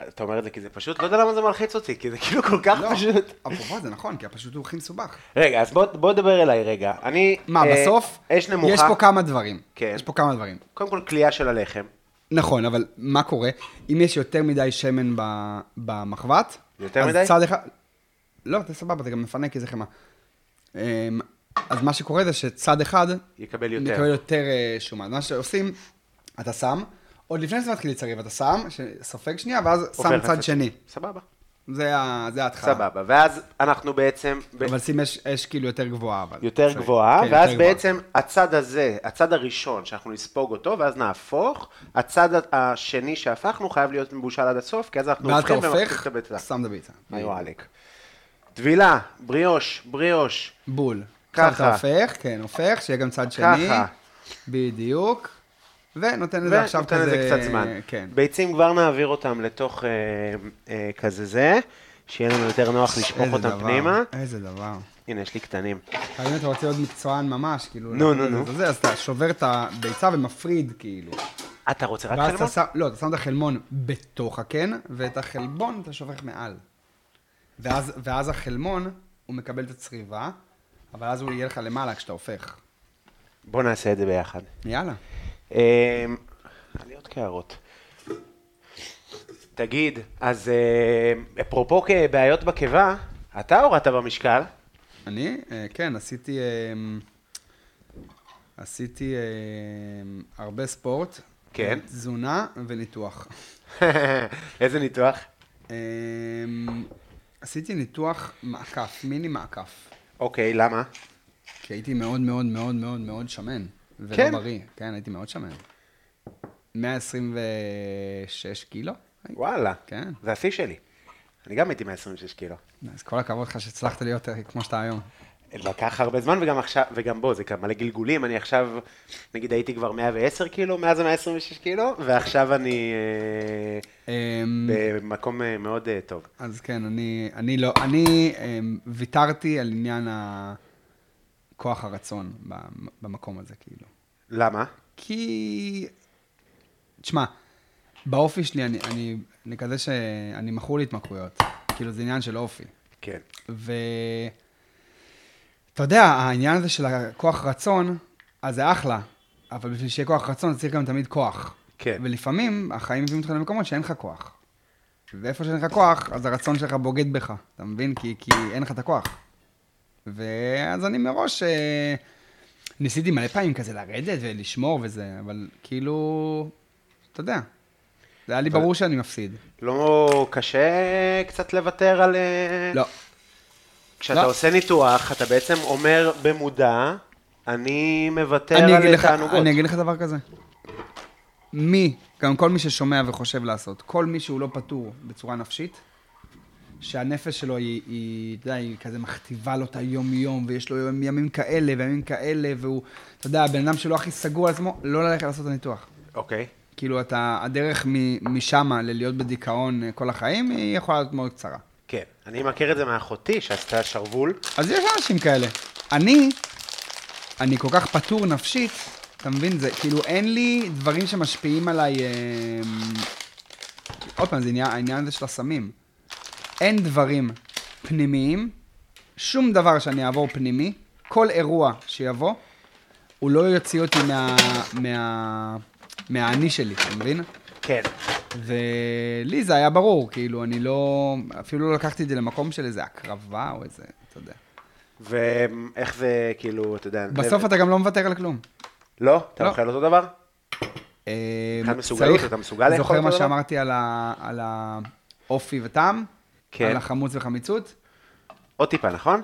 C: אתה אומר את זה כי זה פשוט, לא יודע למה זה מלחיץ אותי, כי זה כאילו כל כך
B: לא,
C: פשוט.
B: אפרופו, זה נכון, כי הפשוט הוא הכי מסובך.
C: רגע, אז בוא, בוא דבר אליי רגע. אני...
B: מה,
C: אה,
B: בסוף,
C: אש נמוכה.
B: יש פה כמה דברים.
C: כן.
B: יש פה כמה דברים.
C: קודם כל, כליאה של הלחם.
B: נכון, אבל מה קורה? אם יש יותר מדי שמן ב- במחבת,
C: יותר
B: אז
C: מדי?
B: צד אחד... לא, זה סבבה, אתה גם מפנק כי זה חמאה. אמ, אז מה שקורה זה שצד אחד...
C: יקבל יותר.
B: יקבל יותר אה, שומן. מה שעושים, אתה שם, עוד לפני שזה מתחיל לצריב, אתה שם, ש- סופג שנייה, ואז שם
C: הופך
B: צד
C: לצד-
B: שני.
C: סבבה.
B: זה ה- זה ההתחלה.
C: סבבה. ואז אנחנו בעצם... ב-
B: אבל שים אש- אש כאילו יותר גבוהה, אבל.
C: יותר
B: בסדר.
C: גבוהה,
B: כן,
C: ואז
B: יותר גבוהה.
C: בעצם הצד הזה, הצד הראשון שאנחנו נספוג אותו, ואז נהפוך, הצד השני שהפכנו חייב להיות מבושל עד הסוף, כי אז אנחנו
B: ואז אתה
C: הופכים
B: הופך,
C: את אה, הביצה.
B: שם את הביצה.
C: היו עלק. טבילה, בריאוש, בריאוש.
B: בול.
C: ככה.
B: ככה. אתה הופך, כן, הופך, שיהיה גם צד שני.
C: ככה.
B: בדיוק. ונותן לזה עכשיו כזה...
C: ונותן לזה קצת זמן.
B: כן.
C: ביצים כבר נעביר אותם לתוך אה, אה, כזה זה, שיהיה לנו יותר נוח לשפוך
B: איזה
C: אותם
B: דבר,
C: פנימה.
B: איזה דבר.
C: הנה, יש לי קטנים.
B: אבל אם אתה רוצה להיות מקצוען ממש, כאילו...
C: נו,
B: לעשות
C: נו,
B: את
C: נו.
B: זה, אז אתה שובר את הביצה ומפריד, כאילו.
C: אתה רוצה רק
B: ואז אתה
C: חלמון?
B: שם, לא, אתה שם את החלמון בתוך הקן, ואת החלבון אתה שופך מעל. ואז, ואז החלמון, הוא מקבל את הצריבה, אבל אז הוא יהיה לך למעלה כשאתה הופך.
C: בוא נעשה את זה ביחד.
B: יאללה.
C: אה, היה לי עוד קערות. תגיד, אז אה, אפרופו כ- בעיות בקיבה, אתה הורדת במשקל,
B: אני? אה, כן, עשיתי... אה, עשיתי אה, הרבה ספורט.
C: כן.
B: תזונה וניתוח.
C: איזה ניתוח?
B: אה, עשיתי ניתוח מעקף, מיני מעקף.
C: אוקיי, למה?
B: כי הייתי מאוד מאוד מאוד מאוד מאוד שמן. ולא
C: כן?
B: בריא. כן, הייתי מאוד שמן. 126 קילו? הייתי.
C: וואלה,
B: כן.
C: זה השיא שלי. אני גם הייתי 126 קילו.
B: אז כל הכבוד לך שהצלחת להיות אה, כמו שאתה היום.
C: לקח הרבה זמן, וגם עכשיו, וגם בו, זה כמה מלא גלגולים, אני עכשיו, נגיד הייתי כבר 110 קילו, מאז ה-126 קילו, ועכשיו אני אה,
B: אה,
C: במקום אה, מאוד אה, טוב.
B: אז כן, אני, אני לא, אני אמ, ויתרתי על עניין ה- כוח הרצון במ- במקום הזה, כאילו.
C: למה?
B: כי... תשמע, באופי שלי אני, אני, אני כזה שאני מכור להתמכרויות. כאילו, זה עניין של אופי.
C: כן.
B: ו... אתה יודע, העניין הזה של הכוח רצון, אז זה אחלה, אבל בשביל שיהיה כוח רצון, צריך גם תמיד כוח.
C: כן.
B: ולפעמים, החיים מביאים אותך למקומות שאין לך כוח. ואיפה שאין לך כוח, אז הרצון שלך בוגד בך, אתה מבין? כי, כי אין לך את הכוח. ואז אני מראש אה, ניסיתי מלא פעמים כזה לרדת ולשמור וזה, אבל כאילו, אתה יודע, זה היה לי ברור שאני מפסיד.
C: לא קשה קצת לוותר על... אה,
B: לא,
C: כשאתה
B: לא.
C: עושה ניתוח, אתה בעצם אומר במודע, אני מוותר
B: אני אגיד
C: על
B: לך-
C: תענוגות.
B: אני אגיד לך דבר כזה. מי, גם כל מי ששומע וחושב לעשות, כל מי שהוא לא פטור בצורה נפשית, שהנפש שלו היא, היא, אתה יודע, היא כזה מכתיבה לו את היום-יום, ויש לו יום- ימים כאלה וימים כאלה, והוא, אתה יודע, הבן אדם שלא הכי סגור על עצמו, לא ללכת לעשות את הניתוח.
C: אוקיי.
B: כאילו, אתה, הדרך משם ללהיות בדיכאון אה, כל החיים, היא יכולה להיות מאוד קצרה.
C: כן. אני מכיר את זה מאחותי, שעשתה שרוול.
B: אז יש אנשים כאלה. אני, אני כל כך פטור נפשית, אתה מבין? זה כאילו, אין לי דברים שמשפיעים עליי... אה, עוד פעם, זה עניין, העניין הזה של הסמים. אין דברים פנימיים, שום דבר שאני אעבור פנימי, כל אירוע שיבוא, הוא לא יוציא אותי מה... מה... מהאני שלי, אתה מבין?
C: כן.
B: ולי זה היה ברור, כאילו, אני לא... אפילו לא לקחתי את זה למקום של איזה הקרבה או איזה, אתה יודע.
C: ואיך זה, כאילו, אתה יודע...
B: בסוף אתה גם לא מוותר על כלום.
C: לא? אתה
B: לא.
C: אוכל אותו דבר?
B: אה,
C: מבחינת מסוגלות,
B: צריך-
C: אתה מסוגל לאכול
B: זוכר
C: אותו
B: מה
C: דבר?
B: שאמרתי על ה- על האופי וטעם?
C: כן.
B: על החמוץ וחמיצות?
C: עוד טיפה, נכון?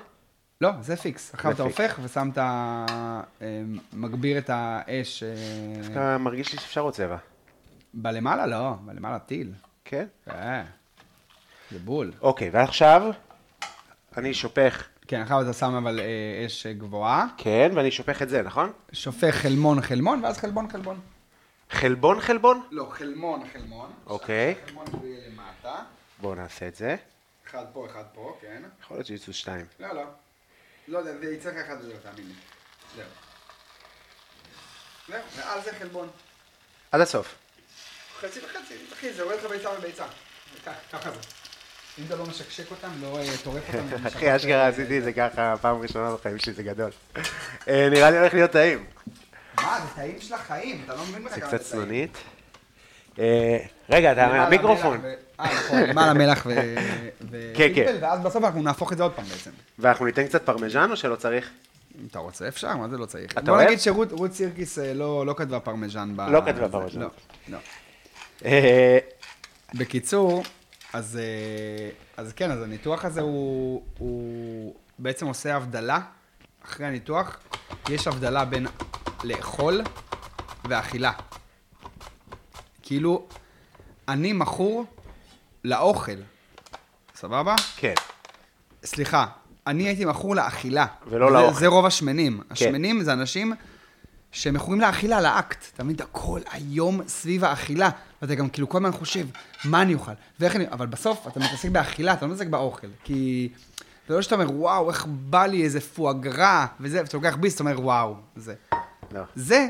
B: לא, זה פיקס. אחר
C: זה
B: אתה
C: פיקס.
B: הופך ושמת, אה, מגביר את האש. אה,
C: אתה מרגיש לי שאפשר עוד צבע.
B: בלמעלה לא, בלמעלה טיל.
C: כן?
B: אה, זה בול.
C: אוקיי, ועכשיו אני שופך,
B: כן, אחר אתה שם אבל אה, אש אה, גבוהה,
C: כן, ואני שופך את זה, נכון?
B: שופך חלמון חלמון, ואז חלבון חלבון.
C: חלבון חלבון?
B: לא, חלמון, חלמון.
C: אוקיי.
B: חלמון הוא יהיה למטה.
C: בואו נעשה את זה.
B: אחד פה, אחד פה, כן.
C: יכול להיות שיצאו שתיים.
B: לא, לא. לא יודע, זה יצא ככה וזהו, תאמין לי. זהו. זהו, ועל זה חלבון.
C: עד הסוף.
B: חצי וחצי, אחי, זה יורד לך ביצה וביצה. כ- ככה זה. אם אתה לא משקשק אותם, לא אה, טורף אותם. אני
C: אחי,
B: משקר-
C: אשכרה עשיתי את זה ככה פעם ראשונה בחיים שלי, זה גדול. אה, נראה לי הולך להיות טעים.
B: מה, זה טעים של החיים, אתה לא מבין בכלל
C: זה
B: כמה
C: קצת
B: טעים.
C: צנונית. אה, רגע, אתה
B: למעלה
C: מהמיקרופון.
B: מלח ו- נכון, אה, נכון, למעלה מלח ו- ו-
C: כן, כן.
B: פלפל, ואז בסוף אנחנו נהפוך את זה עוד פעם בעצם.
C: ואנחנו ניתן קצת פרמיז'ן או שלא צריך?
B: אם אתה רוצה, אפשר, מה זה לא צריך?
C: אתה
B: בוא
C: אוהב?
B: נגיד שרות רות סירקיס אה, לא לא כתבה פרמיז'ן ב...
C: לא כתבה
B: זה-
C: פרמיז'ן.
B: לא, לא.
C: אה,
B: בקיצור, אז, אה, אז כן, אז הניתוח הזה הוא, הוא בעצם עושה הבדלה, אחרי הניתוח, יש הבדלה בין לאכול ואכילה. כאילו, אני מכור לאוכל, סבבה?
C: כן.
B: סליחה, אני הייתי מכור לאכילה.
C: ולא
B: זה,
C: לאוכל. כן.
B: זה רוב השמנים. השמנים זה אנשים שמכורים לאכילה, לאקט. אתה מבין, אתה כל היום סביב האכילה, ואתה גם כאילו כל הזמן חושב, מה אני אוכל, ואיך אני... אבל בסוף אתה מתעסק באכילה, אתה לא מתעסק באוכל. כי זה לא שאתה אומר, וואו, איך בא לי איזה פואגרה, וזה, ואתה לוקח ביס, אתה אומר, וואו, זה.
C: לא.
B: זה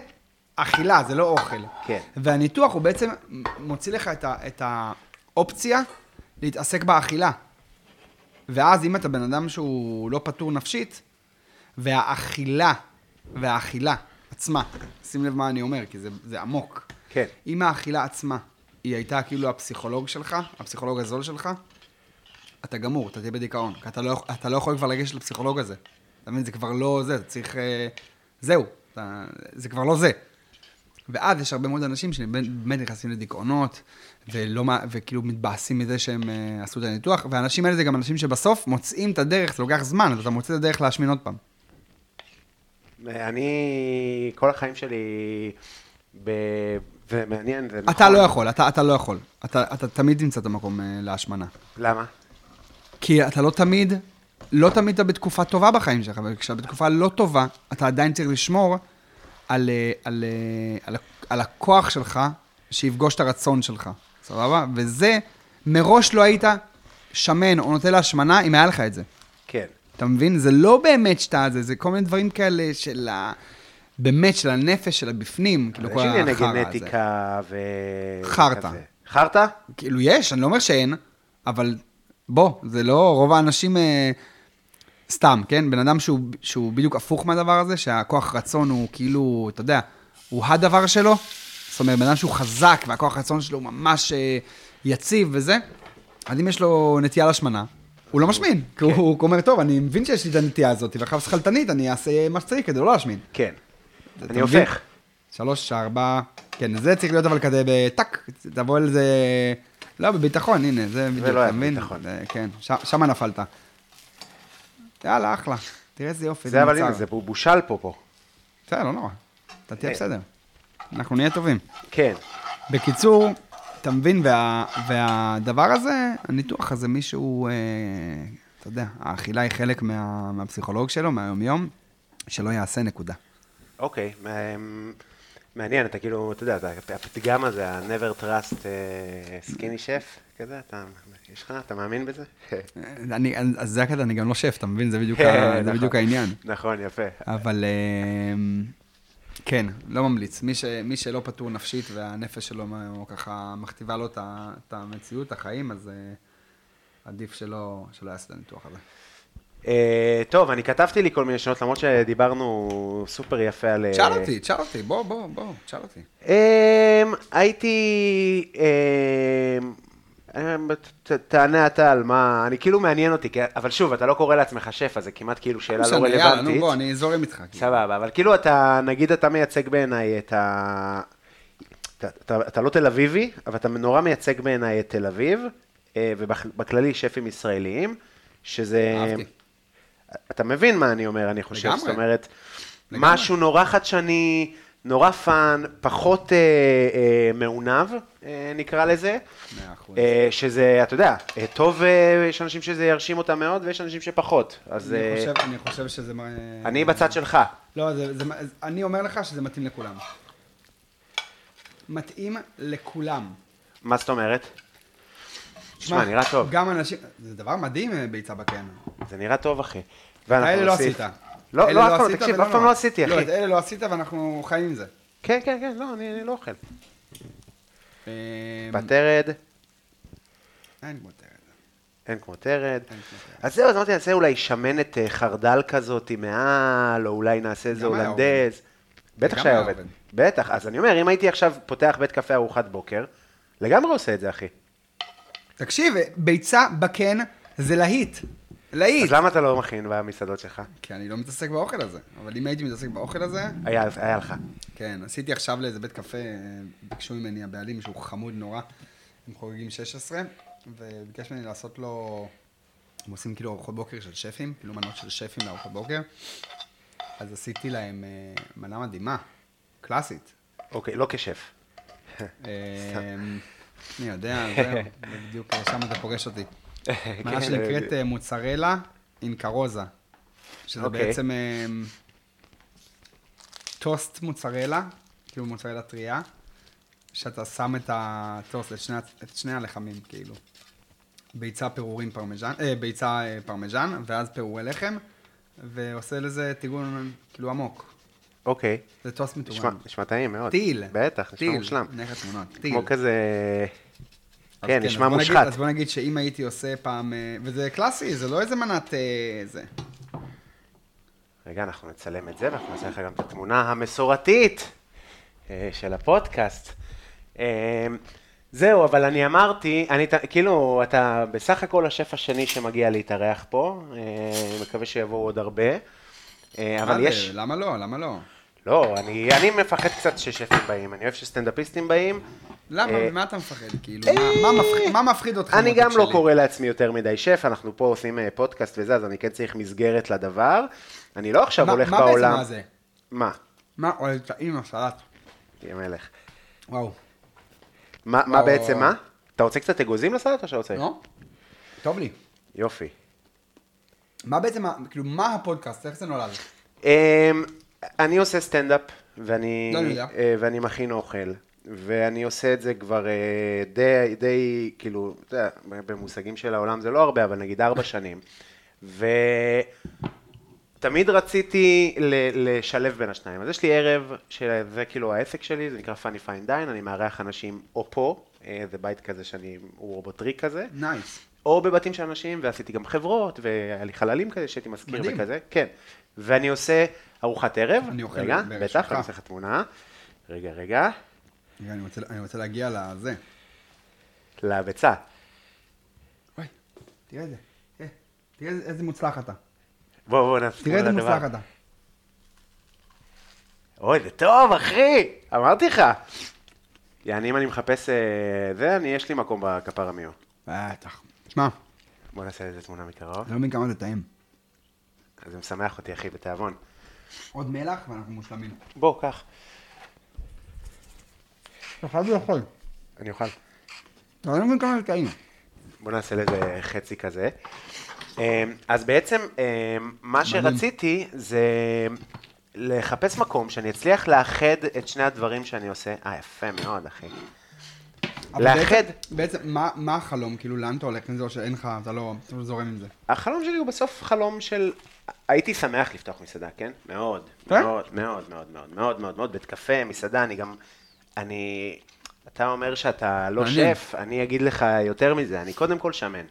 B: אכילה, זה לא אוכל.
C: כן.
B: והניתוח הוא בעצם מוציא לך את, ה, את האופציה להתעסק באכילה. ואז אם אתה בן אדם שהוא לא פטור נפשית, והאכילה, והאכילה עצמה, שים לב מה אני אומר, כי זה, זה עמוק.
C: כן.
B: אם האכילה עצמה, היא הייתה כאילו הפסיכולוג שלך, הפסיכולוג הזול שלך, אתה גמור, אתה תהיה בדיכאון. כי אתה לא, יכול- אתה לא יכול כבר לגשת לפסיכולוג הזה. אתה מבין, זה כבר לא זה, אתה צריך... אה, זהו, אתה, זה כבר לא זה. ואז יש הרבה מאוד אנשים שבאמת נכנסים לדיכאונות, ולא, מה- וכאילו מתבאסים מזה שהם אה, עשו את הניתוח, והאנשים האלה זה גם אנשים שבסוף מוצאים את הדרך, זה לוקח זמן, אז אתה מוצא את הדרך להשמין עוד פעם.
C: אני, כל החיים שלי, ב... זה מעניין, זה נכון.
B: אתה לא יכול, אתה, אתה לא יכול. אתה, אתה תמיד תמצא את המקום אה, להשמנה.
C: למה?
B: כי אתה לא תמיד, לא תמיד אתה בתקופה טובה בחיים שלך, וכשאתה בתקופה לא טובה, אתה עדיין צריך לשמור על, אה, על, אה, על, ה- על הכוח שלך שיפגוש את הרצון שלך, סבבה? וזה, מראש לא היית שמן או נוטה להשמנה אם היה לך את זה.
C: כן.
B: אתה מבין? זה לא באמת שאתה זה, זה כל מיני דברים כאלה של ה... באמת, של הנפש, של הבפנים, כאילו
C: יש
B: כל החרא הזה.
C: ענייני גנטיקה ו...
B: חרטא.
C: כזה. חרטא?
B: כאילו, יש, אני לא אומר שאין, אבל בוא, זה לא, רוב האנשים, אה, סתם, כן? בן אדם שהוא, שהוא בדיוק הפוך מהדבר הזה, שהכוח רצון הוא כאילו, אתה יודע, הוא הדבר שלו, זאת אומרת, בן אדם שהוא חזק והכוח רצון שלו הוא ממש אה, יציב וזה, אז אם יש לו נטייה להשמנה, הוא לא משמין, כי הוא, הוא אומר, טוב, אני מבין שיש לי את הנטייה הזאת, ועכשיו שכלתנית, אני אעשה מה שצריך כדי לא להשמין.
C: כן.
B: אתה
C: אני
B: מבין?
C: הופך.
B: שלוש, ארבע, כן, זה צריך להיות אבל כזה בטאק, תבוא אל זה, לא, בביטחון, הנה, זה בדיוק,
C: לא היה
B: אתה מבין?
C: ביטחון.
B: זה- כן, ש- שמה נפלת. יאללה, אחלה, תראה איזה יופי,
C: זה אבל
B: מוצר.
C: הנה, זה בו- בושל פה פה.
B: בסדר, לא נורא, אתה תהיה
C: אה.
B: בסדר, אנחנו נהיה טובים.
C: כן.
B: בקיצור, אתה מבין, וה, והדבר הזה, הניתוח הזה, מישהו, אה, אתה יודע, האכילה היא חלק מה, מהפסיכולוג שלו, מהיומיום, שלא יעשה נקודה.
C: אוקיי. מ- מעניין, אתה כאילו, אתה יודע, אתה- הפתגם הזה, ה-never trust אה, skinny chef, כזה, אתה, יש לך, אתה מאמין בזה?
B: אני, אז זה הקטע, אני גם לא שף, אתה מבין? זה בדיוק, ה,
C: כן,
B: זה
C: נכון.
B: בדיוק העניין.
C: נכון, יפה.
B: אבל אמ, כן, לא ממליץ. מי, ש, מי שלא פטור נפשית והנפש שלו מ- או ככה מכתיבה לו את ה- את המציאות, את החיים, אז אה, עדיף שלא, שלא יעשה את הניתוח הזה.
C: אה, טוב, אני כתבתי לי כל מיני שאלות, למרות שדיברנו סופר יפה על... אה,
B: תשאל אותי, תשאל אותי, בוא, בוא, בוא, תשאל אותי.
C: אמ, הייתי... אמ, אמ, ת- תענה אתה על מה... אני כאילו מעניין אותי, כי- אבל שוב, אתה לא קורא לעצמך שפע, זה כמעט כאילו שאלה לא
B: משנה, יאללה, נו,
C: רלוונטית.
B: בוא, אני זורם איתך. כאילו.
C: סבבה, אבל כאילו אתה, נגיד אתה מייצג בעיניי את ה... אתה, אתה, אתה לא תל אביבי, אבל אתה נורא מייצג בעיניי את תל אביב, אה, ובכללי שפים ישראליים, שזה...
B: אהבתי.
C: אתה מבין מה אני אומר, אני חושב.
B: לגמרי.
C: זאת אומרת,
B: לגמרי.
C: משהו נורא חדשני, נורא פאן, פחות אה, אה, מעונב, אה, נקרא לזה.
B: מאה אחוז.
C: אה, שזה, אתה יודע, אה, טוב, אה, יש אנשים שזה ירשים אותם מאוד, ויש אנשים שפחות. אז
B: אני
C: אה,
B: חושב- אני חושב שזה... מ-
C: אני בצד שלך.
B: לא, זה, זה, אני אומר לך שזה מתאים לכולם. מתאים לכולם.
C: מה זאת אומרת?
B: שמע,
C: תשמע, נראה טוב.
B: גם אנשים, זה דבר מדהים אה, ביצה בקן.
C: זה נראה טוב, אחי.
B: אלה לא
C: נוסיף.
B: עשית.
C: לא,
B: אלה
C: לא, אף פעם,
B: עשית
C: תקשיב,
B: ולא
C: אף פעם
B: נורא.
C: לא עשיתי,
B: לא,
C: אחי.
B: את אלה לא עשית ואנחנו חיים עם זה.
C: כן, כן, כן, לא, אני אני לא אוכל.
B: אה,
C: בטרד,
B: אין כמו תרד.
C: אין כמו טרד.
B: אין כמו טרד.
C: אז זהו, אז אמרתי, נעשה אולי שמנת אה, חרדל כזאת מעל, או אולי נעשה איזה
B: גם היה
C: הולנדז. בטח
B: גם
C: שהיה
B: היה
C: עובד.
B: עובד.
C: בטח, אז אני אומר, אם הייתי עכשיו פותח בית קפה ארוחת בוקר, לגמרי עושה את זה, אחי.
B: תקשיב, אה, ביצה בקן זה להיט. להיט.
C: אז למה אתה לא מכין במסעדות שלך?
B: כי אני לא מתעסק באוכל הזה. אבל אם הייתי מתעסק באוכל הזה,
C: היה היה לך.
B: כן, עשיתי עכשיו לאיזה בית קפה, אה, ביקשו ממני הבעלים שהוא חמוד נורא, הם חוגגים 16, וביקש ממני לעשות לו, הם עושים כאילו ארוחות בוקר של שפים, כאילו מנות של שפים לארוחות בוקר, אז עשיתי להם אה, מנה מדהימה, קלאסית.
C: אוקיי, לא כשף.
B: אה, אני יודע, זהו, זה בדיוק אה, שם אתה פוגש אותי. מנה
C: כן,
B: שנקראת
C: אה,
B: אה, מוצרלה עם כרוזה, שזה
C: אוקיי.
B: בעצם אה, טוסט מוצרלה, כאילו מוצרלה טריה, שאתה שם את הטוסט, את שני, הצ- את שני הלחמים, כאילו. ביצה פירורים פרמיז'ן, אה, ביצה אה, פרמיז'ן, ואז פירורי לחם, ועושה לזה טיגון כאילו עמוק.
C: אוקיי.
B: זה טוסט
C: נשמע-
B: מטוגן.
C: נשמע טעים מאוד.
B: טיל.
C: בטח, נשמע
B: טיל.
C: מושלם.
B: נלך לתמונות. טיל.
C: כמו כזה...
B: אז
C: כן,
B: אז
C: נשמע
B: בוא נגיד-
C: מושחת.
B: אז בוא נגיד שאם הייתי עושה פעם, אה, וזה קלאסי, זה לא איזה מנת אה, זה.
C: רגע, אנחנו נצלם את זה, ואנחנו נעשה לך גם את התמונה המסורתית אה, של הפודקאסט. אה, זהו, אבל אני אמרתי, אני, ת- כאילו, אתה בסך הכל השף השני שמגיע להתארח פה, אה, אני מקווה שיבואו עוד הרבה, אה,
B: מה
C: אבל
B: זה?
C: יש...
B: למה לא? למה לא?
C: לא, אני, אני מפחד קצת ששפים באים, אני אוהב שסטנדאפיסטים באים.
B: למה?
C: אה,
B: ממה אתה מפחד? כאילו, מה- מה מפחיד- מה מפחיד אותך?
C: אני
B: מותק
C: גם לא
B: שלי?
C: קורא לעצמי יותר מדי שף, אנחנו פה עושים אה, פודקאסט וזה, אז אני כן צריך מסגרת לדבר. אני לא עכשיו
B: מה-
C: הולך בעולם...
B: מה בעצם מה זה?
C: מה?
B: מה? אוי, טעים, הסלט.
C: תהיה מלך.
B: וואו.
C: מה, מה
B: וואו,
C: בעצם
B: וואו.
C: מה? אתה רוצה קצת אגוזים לסלט או שאתה רוצה?
B: נו? לא? טוב לי.
C: יופי.
B: מה בעצם, ה- כאילו, מה הפודקאסט? איך זה נולד?
C: Um, אני עושה סטנדאפ, ואני,
B: לא, אני יודע.
C: אה, ואני מכין אוכל, ואני עושה את זה כבר אה, די, די, כאילו, אתה יודע, במושגים של העולם זה לא הרבה, אבל נגיד ארבע שנים. ותמיד רציתי ל- לשלב בין השניים. אז יש לי ערב, שזה כאילו העסק שלי, זה נקרא Funny Fine Dine, אני מארח אנשים או פה, אה, זה בית כזה שאני, הוא רובוטריק
B: Mm-hmm.
C: כזה.
B: נייס.
C: או בבתים של אנשים, ועשיתי גם חברות, והיה לי חללים כזה שהייתי מזכיר
B: מדהים.
C: וכזה, כן. ואני עושה ארוחת ערב,
B: אני אוכל
C: רגע,
B: בערב
C: בטח,
B: שלך.
C: אני עושה לך תמונה, רגע, רגע,
B: רגע, אני רוצה- אני רוצה להגיע לזה.
C: לביצה.
B: אוי, תראה את זה. אה, תראה איזה- איזה מוצלח אתה.
C: בואו, בואו נעשה
B: תראה איזה
C: לדבר.
B: מוצלח אתה.
C: אוי, זה טוב, אחי, אמרתי לך. יעני, אם אני מחפש אה, זה, אני, יש לי מקום בכפר המיו.
B: בטח. שמע,
C: בואו נעשה איזה תמונה מקרוב.
B: אני לא מבין כמה זה טעים.
C: זה משמח אותי, אחי, בתיאבון.
B: עוד מלח ואנחנו מושלמים.
C: בואו, קח.
B: אתה חייב לאכול.
C: אני אוכל.
B: אתה לא מבין כמה זה טעים.
C: בוא נעשה לזה חצי כזה. אמ, אז בעצם אמ, מה שרציתי זה לחפש מקום שאני אצליח לאחד את שני הדברים שאני עושה. אה, יפה מאוד, אחי.
B: אבל
C: לאחד.
B: בעצם- בעצם, מה- מה החלום? כאילו, לאן אתה הולך עם זה, או שאין לך, אתה לא אתה לא זורם עם זה.
C: החלום שלי הוא בסוף חלום של... הייתי שמח לפתוח מסעדה, כן? מאוד.
B: כן?
C: מאוד, מאוד, מאוד, מאוד, מאוד, מאוד, מאוד. בית קפה, מסעדה, אני גם... אני... אתה אומר שאתה לא
B: מעניין.
C: שף, אני אגיד לך יותר מזה, אני קודם כל שמן.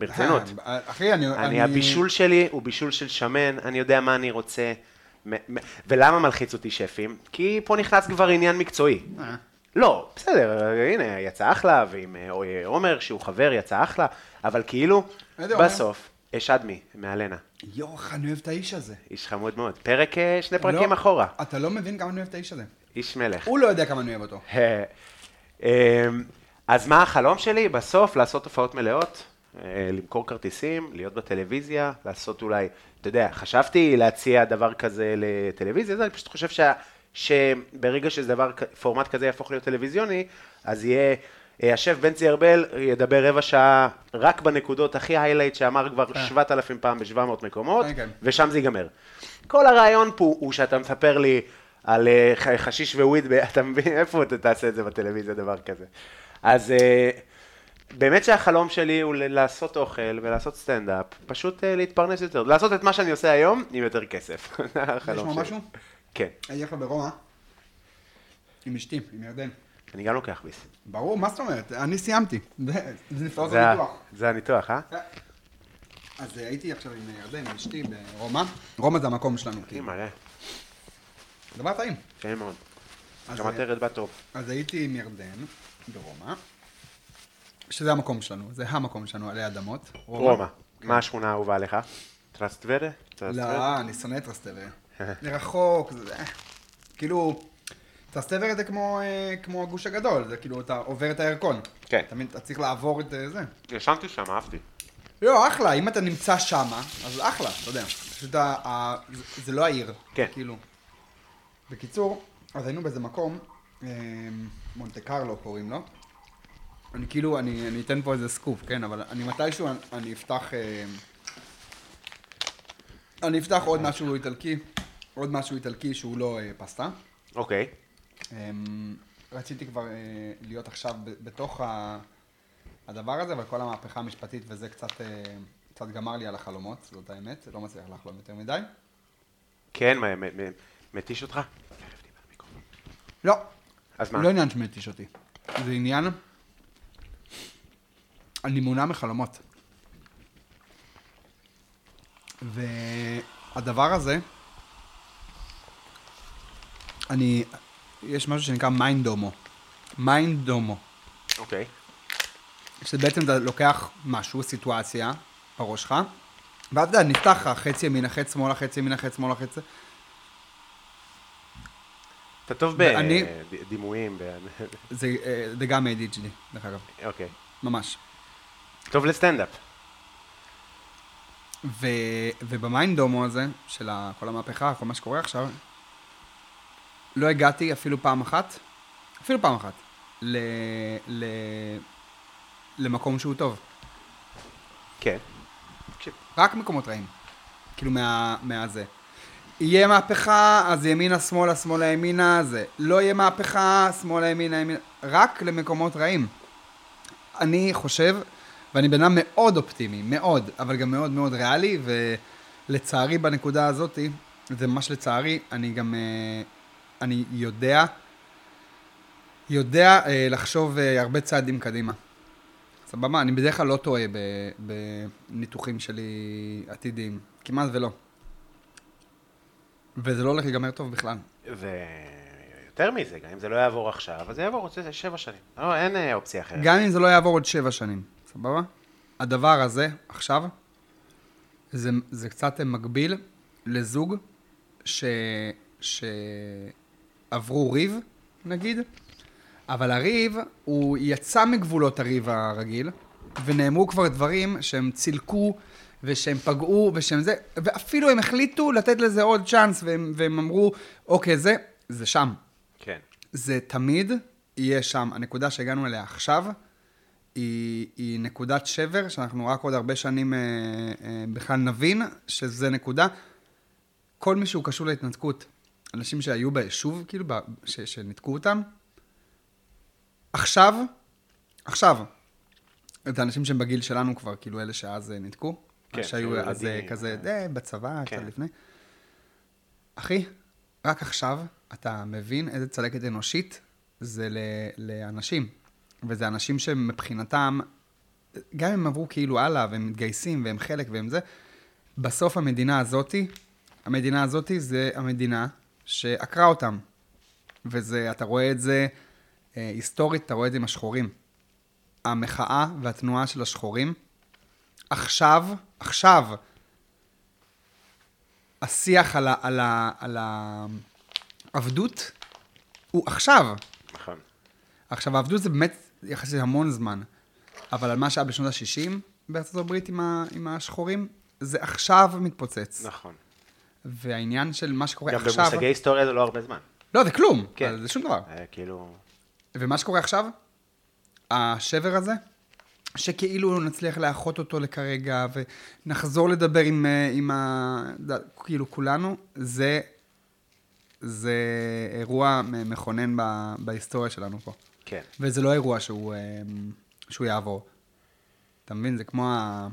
C: ברצינות.
B: אה, אחי, אני...
C: אני, הבישול שלי הוא בישול של שמן, אני יודע מה אני רוצה. מ- מ- ולמה מלחיץ אותי שפים? כי פה נכנס כבר עניין מקצועי.
B: אה.
C: לא, בסדר, הנה, יצא אחלה, ועם אה, אוי, עומר, שהוא חבר, יצא אחלה, אבל כאילו,
B: איזה עומר?
C: בסוף, יש אדמי, מאלנה,
B: יואו, איך אני אוהב את האיש הזה.
C: איש חמוד מאוד. פרק, אה, שני פרקים
B: לא-
C: אחורה,
B: אתה לא מבין כמה אני אוהב את האיש הזה.
C: איש מלך.
B: הוא לא יודע כמה אני אוהב אותו.
C: אה, אמ, אז מה החלום שלי? בסוף לעשות הופעות מלאות, אה, למכור כרטיסים, להיות בטלוויזיה, לעשות אולי, אתה יודע, חשבתי להציע דבר כזה לטלוויזיה, זה אני פשוט חושב שה, שברגע שזה דבר, כ- פורמט כזה יהפוך להיות טלוויזיוני, אז יהיה... אה, השף בנצי ארבל ידבר רבע שעה רק בנקודות הכי היילייט שאמר כבר 7,000 פעם ב-700 מקומות,
B: כן, כן.
C: ושם זה ייגמר. כל הרעיון פה הוא שאתה מספר לי על אה, ח- חשיש וויד, ב- אתה מבין, איפה אתה תעשה את זה בטלוויזיה, דבר כזה. אז אה, באמת שהחלום שלי הוא ל- לעשות אוכל ולעשות סטנדאפ, פשוט אה, להתפרנס יותר, לעשות את מה שאני עושה היום עם יותר כסף. זה החלום
B: לשמוע
C: שלי.
B: משהו?
C: כן,
B: הייתי לך ברומא, עם אשתי, עם ירדן.
C: אני גם לוקח ביס.
B: ברור, מה זאת אומרת? אני סיימתי. זה לא, זה כן. נפלאות
C: זה ה-
B: הביטוח.
C: זה הניתוח, אה?
B: אז אה, הייתי עכשיו עם ירדן, עם אשתי, ברומא. רומא זה המקום שלנו, כאילו.
C: אימא, אה,
B: דבר טעים.
C: כן מאוד.
B: אז,
C: גם
B: אה,
C: עטרת בת טוב.
B: אז הייתי עם ירדן, ברומא, שזה המקום שלנו, זה המקום שלנו, עלי אדמות.
C: רומא, מה השכונה האהובה עליך? טרסטוורה? טרסטוורה?
B: כן. לא, אני שונא את טרסטבר. זה רחוק, זה... כאילו, טרסטבר זה כמו, אה, כמו הגוש הגדול, זה כאילו, אתה עובר את הירקון.
C: כן.
B: תמיד אתה צריך לעבור את אה, זה.
C: ישנתי שם, אהבתי.
B: לא, אחלה, אם אתה נמצא שמה, אז אחלה, אתה יודע. פשוט ה- ה- זה- זה לא העיר.
C: כן.
B: כאילו. בקיצור, אז היינו באיזה מקום, אה, מונטה קרלו קוראים לו. אני כאילו, אני, אני אתן פה איזה סקופ, כן, אבל אני מתישהו, אני, אני אפתח... אה, אני אפתח עוד משהו איטלקי, עוד משהו איטלקי שהוא לא אה, פסטה.
C: אוקיי.
B: אמ, רציתי כבר אה, להיות עכשיו ב- בתוך ה- הדבר הזה, אבל כל המהפכה המשפטית וזה קצת, אה, קצת גמר לי על החלומות, זאת האמת, לא מצליח לחלום יותר מדי.
C: כן, מה, מ- מ- מתיש אותך?
B: לא,
C: אז מה?
B: לא עניין שמתיש אותי, זה עניין, אני מונע מחלומות. והדבר הזה, אני, יש משהו שנקרא מיינדומו, מיינדומו.
C: אוקיי.
B: שבעצם אתה לוקח משהו, סיטואציה, בראש שלך, ואז אתה יודע, נפתח לך חצי ימינה, חצי שמאלה, חצי ימינה, חצי שמאלה, חצי...
C: אתה טוב
B: ואני-
C: בדימויים, ב-
B: זה, אה, זה גם ADHD, דרך אגב,
C: אוקיי.
B: ממש.
C: טוב לסטנדאפ.
B: ו, ובמיינדומו הזה, של ה- כל המהפכה, כל מה שקורה עכשיו, לא הגעתי אפילו פעם אחת, אפילו פעם אחת, ל, ל, למקום שהוא טוב.
C: כן.
B: רק מקומות רעים. כאילו מה... מהזה. יהיה מהפכה, אז ימינה, שמאלה, שמאלה, ימינה, זה. לא יהיה מהפכה, שמאלה, ימינה, ימינה. רק למקומות רעים. אני חושב, ואני בן אדם מאוד אופטימי, מאוד, אבל גם מאוד מאוד ריאלי, ולצערי בנקודה הזאת, זה ממש לצערי, אני גם... אה, אני יודע, יודע אה, לחשוב אה, הרבה צעדים קדימה. סבבה, אני בדרך כלל לא טועה ב- בניתוחים שלי עתידיים, כמעט ולא. וזה לא הולך להיגמר טוב בכלל.
C: ויותר מזה, גם אם זה לא יעבור עכשיו, אז זה יעבור עוד שבע שנים. לא, אין אה, אופציה אחרת.
B: גם אם זה לא יעבור עוד שבע שנים, סבבה? הדבר הזה, עכשיו, זה, זה קצת מקביל לזוג ש... שעברו ריב, נגיד, אבל הריב, הוא יצא מגבולות הריב הרגיל, ונאמרו כבר דברים שהם צילקו, ושהם פגעו, ושהם זה, ואפילו הם החליטו לתת לזה עוד צ'אנס, והם, והם אמרו, אוקיי, זה, זה שם.
C: כן.
B: זה תמיד יהיה שם. הנקודה שהגענו אליה עכשיו, היא, היא נקודת שבר, שאנחנו רק עוד הרבה שנים אה, אה, בכלל נבין שזה נקודה. כל מי שהוא קשור להתנתקות, אנשים שהיו ביישוב, כאילו, ב- ש, שניתקו אותם, עכשיו, עכשיו, את האנשים שהם בגיל שלנו כבר, כאילו אלה שאז אה, ניתקו,
C: כן,
B: שהיו
C: שהיו
B: אז אה,
C: ילדים.
B: כזה, אה, בצבא,
C: כן.
B: קצת לפני. אחי, רק עכשיו אתה מבין איזה צלקת אנושית זה ל, לאנשים. וזה אנשים שמבחינתם, גם אם הם עברו כאילו הלאה, והם מתגייסים, והם חלק, והם זה, בסוף המדינה הזאתי, המדינה הזאתי זה המדינה שעקרה אותם. וזה, אתה רואה את זה אה, היסטורית, אתה רואה את זה עם השחורים. המחאה והתנועה של השחורים, עכשיו, עכשיו, השיח על, ה, על, ה, על העבדות הוא עכשיו.
C: נכון.
B: עכשיו, העבדות זה באמת יחסית המון זמן, אבל על מה שהיה בשנות ה-60 בארצות הברית עם, ה, עם השחורים, זה עכשיו מתפוצץ.
C: נכון.
B: והעניין של מה שקורה
C: גם
B: אוקיי, עכשיו...
C: במושגי היסטוריה זה לא הרבה זמן.
B: לא, זה כלום.
C: כן.
B: כן. זה שום דבר.
C: אה, כאילו...
B: ומה שקורה עכשיו, השבר הזה, שכאילו נצליח לאחות אותו לכרגע, ונחזור לדבר עם, אה, עם ה... ד- כאילו כולנו, זה, זה אירוע מ- מכונן ב- בהיסטוריה שלנו פה.
C: כן.
B: וזה לא אירוע שהוא, אה, שהוא יעבור. אתה מבין? זה כמו ה...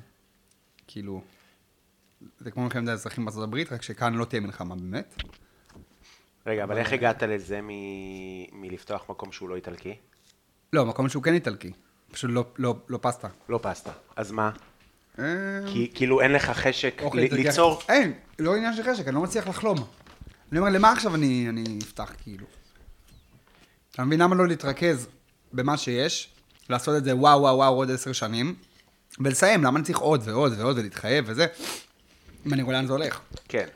B: כאילו... זה כמו מלחמת האזרחים בארצות הברית, רק שכאן לא תהיה מלחמה באמת.
C: רגע, אבל איך הגעת לזה מ... מלפתוח מקום שהוא לא איטלקי?
B: לא, מקום שהוא כן איטלקי. פשוט לא, לא, לא פסטה.
C: לא פסטה. אז מה?
B: אה,
C: כי כאילו אין לך חשק
B: אוכל
C: ל-
B: איטלקי-
C: ליצור...
B: אין, לא עניין של חשק, אני לא מצליח לחלום. אני אומר, למה עכשיו אני, אני אפתח, כאילו? אתה מבין למה לא להתרכז במה שיש, לעשות את זה וואו וואו וואו עוד עשר שנים, ולסיים, למה אני צריך עוד ועוד ועוד ולהתחייב וזה? אם אני רואה לאן זה הולך.
C: כן.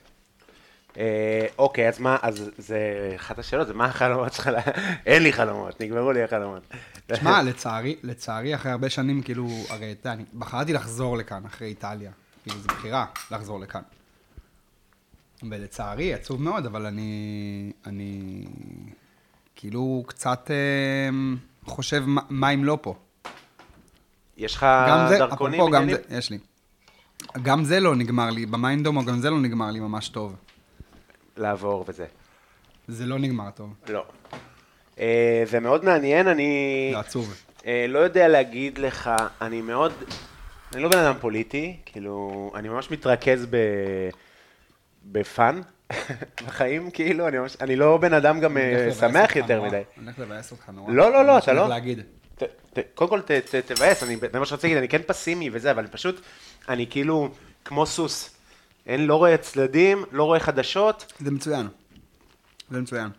C: אה, אוקיי, אז מה, אז זה אחת השאלות, זה מה החלומות שלך? אין לי חלומות, נגמרו לי החלומות.
B: תשמע, לצערי, לצערי, אחרי הרבה שנים, כאילו, הרי אתה, אני בחרתי לחזור לכאן, אחרי איטליה. כאילו, זו בחירה לחזור לכאן. ולצערי, עצוב מאוד, אבל אני, אני, כאילו, קצת אה, חושב מה- מה אם לא פה.
C: יש לך
B: גם זה,
C: דרכונים?
B: אפרופו, גם
C: עניינים?
B: זה, יש לי. גם זה לא נגמר לי, במיינדומו גם זה לא נגמר לי ממש טוב.
C: לעבור וזה.
B: זה לא נגמר טוב,
C: לא. אה, זה מאוד מעניין, אני...
B: זה עצוב.
C: אה, לא יודע להגיד לך, אני מאוד, אני לא בן אדם פוליטי, כאילו, אני ממש מתרכז ב... בפאן בחיים, כאילו, אני, ממש, אני לא בן אדם גם
B: אני
C: אה,
B: הולך לבאס
C: שמח
B: אותך
C: יותר
B: נורא.
C: מדי.
B: אני הולך לבאס אותך נורא.
C: לא, לא, לא,
B: ממש
C: אתה לא.
B: הולך להגיד.
C: ת, ת, קודם כל ת, ת, תבאס, אני, זה מה שרציתי להגיד, אני כן פסימי וזה, אבל פשוט, אני כאילו כמו סוס. אין, לא רואה צדדים, לא רואה חדשות,
B: זה מצוין. זה מצוין.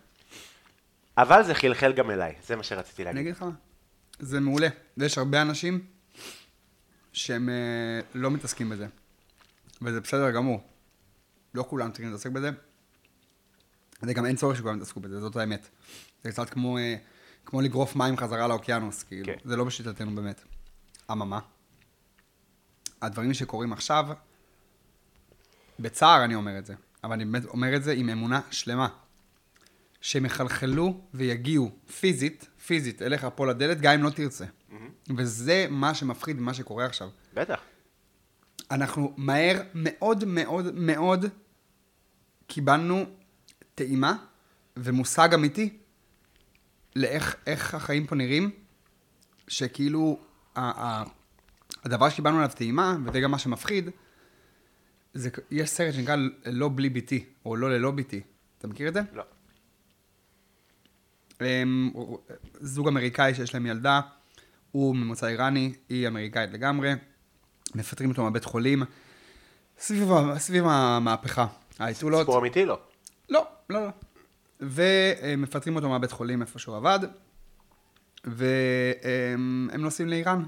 C: אבל זה חלחל גם אליי, זה מה שרציתי
B: אני
C: להגיד.
B: אגיד לך, זה מעולה. ויש הרבה אנשים שהם אה, לא מתעסקים בזה. וזה בסדר גמור. לא כולם צריכים להתעסק בזה. וגם אין צורך שכולם יתעסקו בזה, זאת האמת. זה קצת כמו, אה, כמו לגרוף מים חזרה לאוקיינוס, כאילו.
C: כן.
B: זה לא בשיטתנו באמת. אממה, הדברים שקורים עכשיו, בצער אני אומר את זה, אבל אני באמת אומר את זה עם אמונה שלמה. שהם יחלחלו ויגיעו פיזית, פיזית, אליך פה לדלת, גם אם לא תרצה. וזה מה שמפחיד ממה שקורה עכשיו.
C: בטח.
B: אנחנו מהר מאוד מאוד מאוד קיבלנו טעימה ומושג אמיתי לאיך איך החיים פה נראים, שכאילו ה- ה- הדבר שקיבלנו עליו טעימה, וזה גם מה שמפחיד, זה, כ- יש סרט שנקרא לא בלי ביתי, או לא ללא ביתי. אתה מכיר את זה?
C: לא.
B: הם, אמ, זוג אמריקאי שיש להם ילדה, הוא ממוצא איראני, היא אמריקאית לגמרי, מפטרים אותו מהבית חולים, סביב, ה- סביב המהפכה, האייתולות.
C: סיפור אמיתי? לא.
B: לא, לא, לא. ומפטרים אותו מהבית חולים איפה שהוא עבד, והם הם נוסעים לאיראן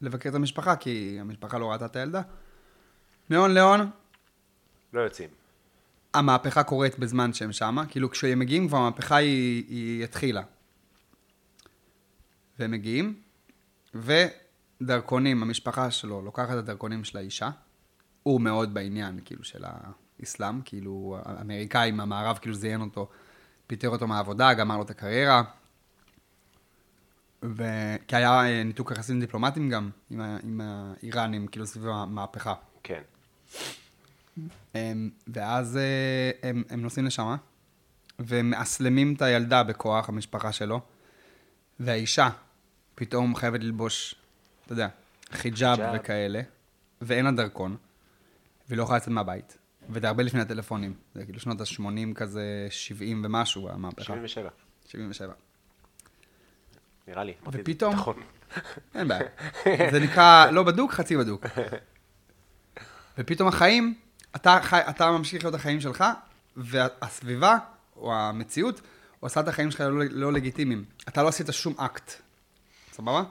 B: לבקר את המשפחה, כי המשפחה לא ראתה את הילדה. מהון להון,
C: לא יוצאים.
B: המהפכה קורית בזמן שהם שמה, כאילו כשהם מגיעים כבר המהפכה היא, היא התחילה. והם מגיעים, ודרכונים, המשפחה שלו לוקחת את הדרכונים של האישה, הוא מאוד בעניין, כאילו, של האסלאם, כאילו, האמריקאי מהמערב, כאילו, זיין אותו, פיטר אותו מהעבודה, גמר לו את הקריירה. ו... כי היה אה, ניתוק יחסים דיפלומטיים גם עם, ה... עם האיראנים, כאילו, סביב המהפכה.
C: כן.
B: הם, אמ, ואז אה, הם, הם נוסעים לשם, ומאסלמים את הילדה בכוח, המשפחה שלו, והאישה פתאום חייבת ללבוש, אתה יודע, חיג'אב
C: חיג'אב.
B: וכאלה, ואין לה דרכון, והיא לא יכולה לצאת מהבית. וזה הרבה לפני הטלפונים, זה כאילו שנות ה-80 כזה, 70 ומשהו, המהפכה.
C: 77.
B: 77.
C: נראה לי. אמרתי את זה
B: ופתאום-
C: נכון.
B: אין בעיה. זה נקרא לא בדוק, חצי בדוק. ופתאום החיים, אתה, חי, אתה ממשיך להיות החיים שלך, והסביבה, או המציאות, עושה את החיים שלך לא, לא לגיטימיים. אתה לא עשית שום אקט. סבבה?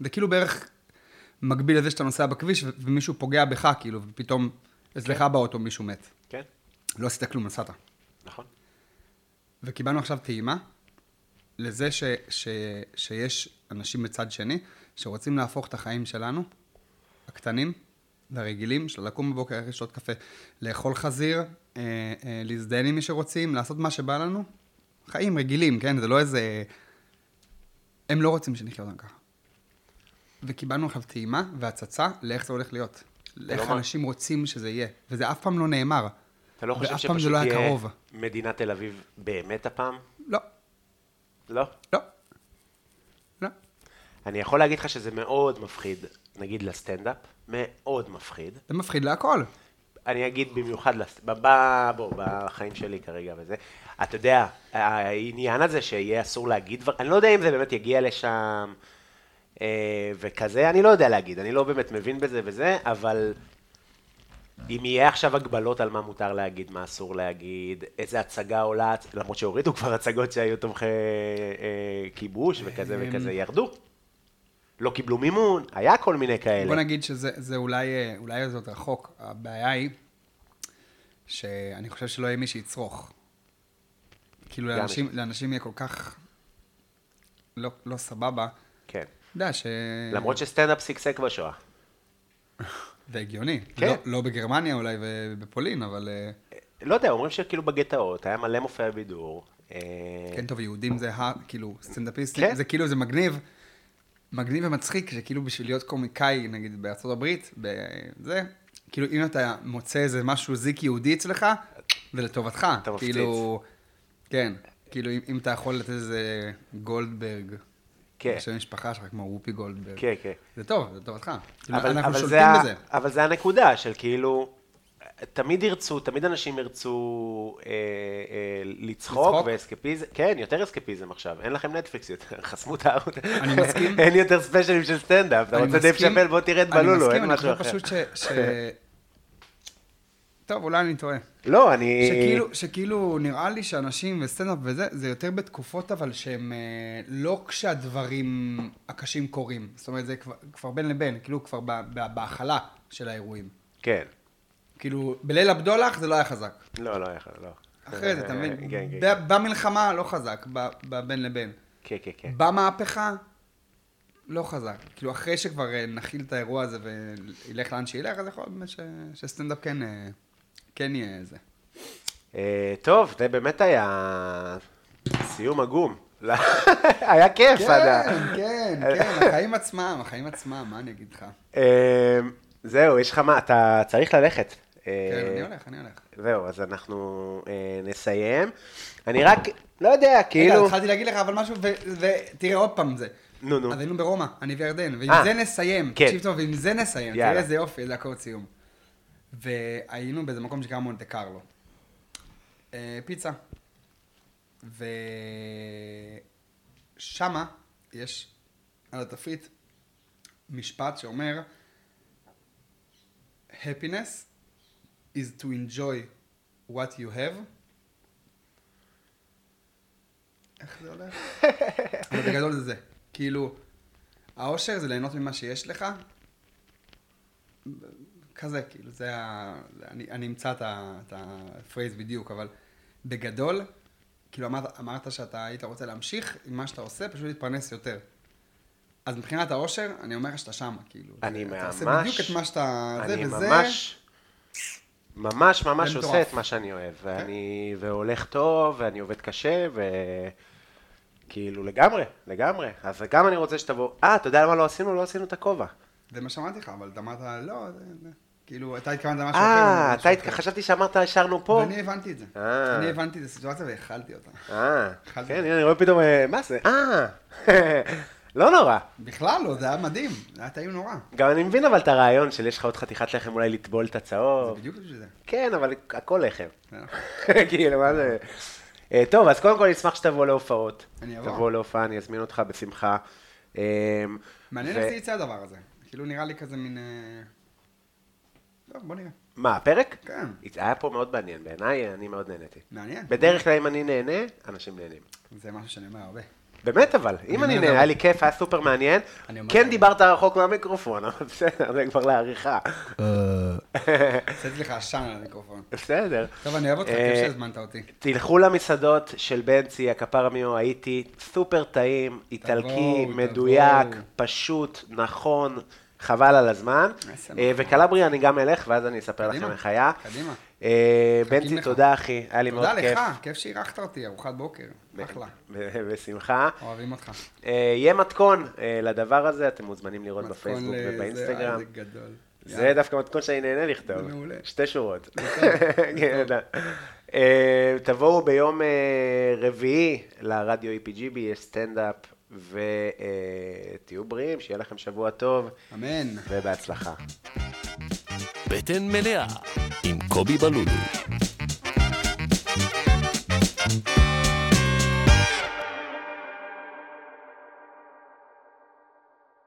B: זה כאילו בערך מקביל לזה שאתה נוסע בכביש ו- ומישהו פוגע בך, כאילו, ופתאום אצלך באוטו מישהו מת.
C: כן,
B: לא עשית כלום, נסעת.
C: נכון.
B: וקיבלנו עכשיו טעימה לזה ש, ש, שיש אנשים בצד שני שרוצים להפוך את החיים שלנו, הקטנים והרגילים, של לקום בבוקר, ללכת לשתות קפה, לאכול חזיר, אה, אה, להזדהן עם מי שרוצים, לעשות מה שבא לנו. חיים רגילים, כן? זה לא איזה... הם לא רוצים שנחיה אותם ככה. וקיבלנו עכשיו טעימה והצצה לאיך זה הולך להיות. לאיך
C: מה-
B: אנשים רוצים שזה יהיה. וזה אף פעם לא נאמר.
C: אתה לא חושב
B: ואף פעם זה
C: שפשוט
B: לא היה
C: תהיה
B: קרוב.
C: מדינת תל אביב באמת הפעם?
B: לא,
C: לא.
B: לא. לא.
C: אני יכול להגיד לך שזה מאוד מפחיד, נגיד לסטנדאפ, מאוד מפחיד.
B: זה מפחיד להכל.
C: אני אגיד במיוחד, לס- ב- ב- בוא, בחיים שלי כרגע וזה, אתה יודע, העניין הזה שיהיה אסור להגיד דבר, אני לא יודע אם זה באמת יגיע לשם אה, וכזה, אני לא יודע להגיד, אני לא באמת מבין בזה וזה, אבל אם יהיה עכשיו הגבלות על מה מותר להגיד, מה אסור להגיד, איזה הצגה עולה, למרות שהורידו כבר הצגות שהיו תומכי אה, כיבוש וכזה
B: אה,
C: וכזה, ירדו. לא קיבלו מימון, היה כל מיני
B: בוא
C: כאלה.
B: נגיד שזה זה אולי, אה, אולי זה עוד רחוק. הבעיה היא שאני חושב שלא יהיה מי שיצרוך. כאילו
C: גם
B: לאנשים, לאנשים יהיה כל כך לא, לא סבבה.
C: כן.
B: אתה יודע ש...
C: למרות שסטנדאפ שגשג בשואה.
B: זה הגיוני.
C: כן.
B: לא, לא בגרמניה אולי ובפולין, אבל אה,
C: לא יודע, אומרים שכאילו בגטאות היה מלא מופעי בידור. אה,
B: כן, טוב, יהודים זה ה... כאילו, סטנדאפיסטים,
C: כן.
B: זה כאילו, זה מגניב. מגניב ומצחיק, שכאילו בשביל להיות קומיקאי, נגיד בארצות הברית, זה, כאילו אם אתה מוצא איזה משהו זיק יהודי אצלך, זה לטובתך.
C: אתה מפציץ.
B: כאילו, כן, כאילו אם, אם אתה יכול לתת איזה גולדברג,
C: כן.
B: שם משפחה שלך כמו וופי גולדברג,
C: כן, כן.
B: זה טוב, זה לטובתך. כאילו,
C: אבל,
B: אנחנו
C: אבל,
B: שולטים
C: זה ה-
B: בזה.
C: אבל זה הנקודה של כאילו, תמיד ירצו, תמיד אנשים ירצו אה, אה, לצחוק
B: לצחוק?
C: ואסקפיזם, כן, יותר אסקפיזם עכשיו, אין לכם נטפליקס יותר, חסמו את הערוץ.
B: אני מסכים.
C: אין יותר ספיישלים של סטנדאפ, אתה
B: אני
C: רוצה דייב
B: מסכים.
C: שאפל, בוא תראה את
B: אני
C: בלולו,
B: מסכים,
C: אין משהו אחר.
B: אני חושב פשוט ש... ש- טוב, אולי אני טועה.
C: לא, אני...
B: שכאילו, שכאילו נראה לי שאנשים וסטנדאפ וזה, זה יותר בתקופות אבל שהם אה, לא כשהדברים הקשים קורים. זאת אומרת, זה כבר, כבר בין לבין, כאילו כבר ב- ב- בהכלה של האירועים.
C: כן.
B: כאילו, בליל הבדולח זה לא היה חזק.
C: לא, לא, יכול, לא.
B: אחרי זה, אתה
C: כן,
B: מבין?
C: כן, כן.
B: ב- במלחמה לא חזק, ב- בבין לבין.
C: כן, כן, כן.
B: במהפכה לא חזק. כאילו, אחרי שכבר אה, נכיל את האירוע הזה וילך לאן שילך, אז יכול להיות באמת ש- שסטנדאפ כן, אה, כן יהיה זה.
C: אה, טוב, זה באמת היה סיום עגום. לא, היה כיף.
B: כן,
C: עד ה-
B: כן, כן, החיים עצמם, החיים עצמם, מה אני אגיד לך?
C: אה, זהו, יש לך מה, אתה צריך ללכת.
B: כן,
C: אה,
B: אני הולך, אני הולך.
C: זהו, אז אנחנו אה, נסיים. אני רק, לא יודע,
B: רגע,
C: כאילו...
B: התחלתי להגיד לך אבל משהו, ו- ותראה עוד פעם זה.
C: נו, נו.
B: אז היינו ברומא, אני וירדן, ועם
C: אה.
B: זה נסיים.
C: כן.
B: תקשיב טוב, ועם זה נסיים, תראה
C: יאללה.
B: איזה יופי, איזה אקורד סיום. והיינו באיזה מקום שקרא מונטה קרלו. אה, פיצה. ושמה יש על התפריט משפט שאומר happiness is to enjoy what you have. איך זה הולך? אבל בגדול זה זה. כאילו, האושר זה ליהנות ממה שיש לך. כזה, כאילו, זה ה... אני, אני אמצא את ה- את הפרייז בדיוק, אבל בגדול, כאילו אמרת, אמרת שאתה היית רוצה להמשיך עם מה שאתה עושה, פשוט להתפרנס יותר. אז מבחינת האושר, אני אומר לך שאתה שמה, כאילו.
C: אני
B: אתה
C: ממש...
B: עושה בדיוק את מה שאתה... זה
C: אני
B: וזה...
C: ממש... ממש ממש
B: זה
C: עושה
B: מטורף. כן.
C: את מה שאני אוהב, ואני, והולך טוב, ואני עובד קשה, וכאילו לגמרי, לגמרי. אז גם אני רוצה שתבוא, אה, אתה יודע למה לא עשינו? לא עשינו את הכובע.
B: זה מה שאמרתי לך, אבל אתה אמרת, לא, זה- זה- כאילו, אתה התכוונת למשהו אחר.
C: אה,
B: אני
C: אתה
B: משהו
C: התק-
B: אחר.
C: חשבתי שאמרת השארנו פה.
B: ואני הבנתי את זה.
C: אה.
B: אני הבנתי את הסיטואציה והאכלתי אותה.
C: אה,
B: התחלתי.
C: כן, הנה, אני רואה פתאום, אה, מה זה? אה, לא נורא.
B: בכלל לא, זה היה מדהים, זה היה טעים נורא.
C: גם אני מבין אבל את הרעיון של יש לך עוד חתיכת לחם אולי לטבול את
B: זה
C: הצהוב.
B: בדיוק בשביל זה.
C: כן, אבל הכל לחם.
B: זה היה-
C: כאילו, מה זה? אה, טוב, אז קודם כל אני אשמח שתבוא להופעות.
B: אני אבוא.
C: תבוא להופעה, אני אזמין אותך בשמחה. אה,
B: מעניין
C: ו-
B: איך זה יצא הדבר הזה. כאילו נראה לי כזה מין... אה, טוב, בוא נראה.
C: מה, הפרק?
B: כן.
C: היה פה מאוד מעניין בעיניי, אני מאוד נהניתי.
B: מעניין.
C: בדרך כלל אם אני נהנה, אנשים נהנים.
B: זה משהו שאני אומר הרבה.
C: באמת אבל,
B: אני
C: אם אני
B: אומר
C: נהנה,
B: גם.
C: היה לי כיף, היה סופר מעניין.
B: אני אומר
C: כן
B: גם.
C: דיברת רחוק מהמיקרופון, אבל בסדר, זה כבר לעריכה.
B: עשיתי לך עשן על המיקרופון.
C: בסדר.
B: טוב, אני אוהב אותך,
C: אה,
B: כיף שהזמנת אותי.
C: תלכו למסעדות של בנצי, הקפרמיו, הייתי סופר טעים, איטלקי,
B: תבואו,
C: מדויק,
B: תבואו.
C: פשוט, נכון, חבל על הזמן.
B: איזה
C: אה,
B: נכון.
C: וקלבריה אני גם אלך, ואז אני אספר
B: קדימה,
C: לכם איך היה.
B: קדימה.
C: אה,
B: מחכים
C: בנצי,
B: לך.
C: תודה אחי, היה לי מאוד
B: תודה
C: כיף.
B: לך, כיף שאירחת אותי, ארוחת בוקר. אחלה.
C: ב- בשמחה.
B: אוהבים אותך.
C: אה, יהיה מתכון אה, לדבר הזה, אתם מוזמנים לראות בפייסבוק
B: מתכון לזה, אה,
C: ובאינסטגרם.
B: זה גדול.
C: זה דווקא מתכון שאני נהנה לכתוב.
B: מעולה.
C: שתי שורות. כן, תודה. אה, תבואו ביום אה, רביעי לרדיו EPGB, יש סטנדאפ, ותהיו אה, בריאים, שיהיה לכם שבוע טוב,
B: אמן.
C: ובהצלחה.
A: בטן מלאה עם קובי בלולו.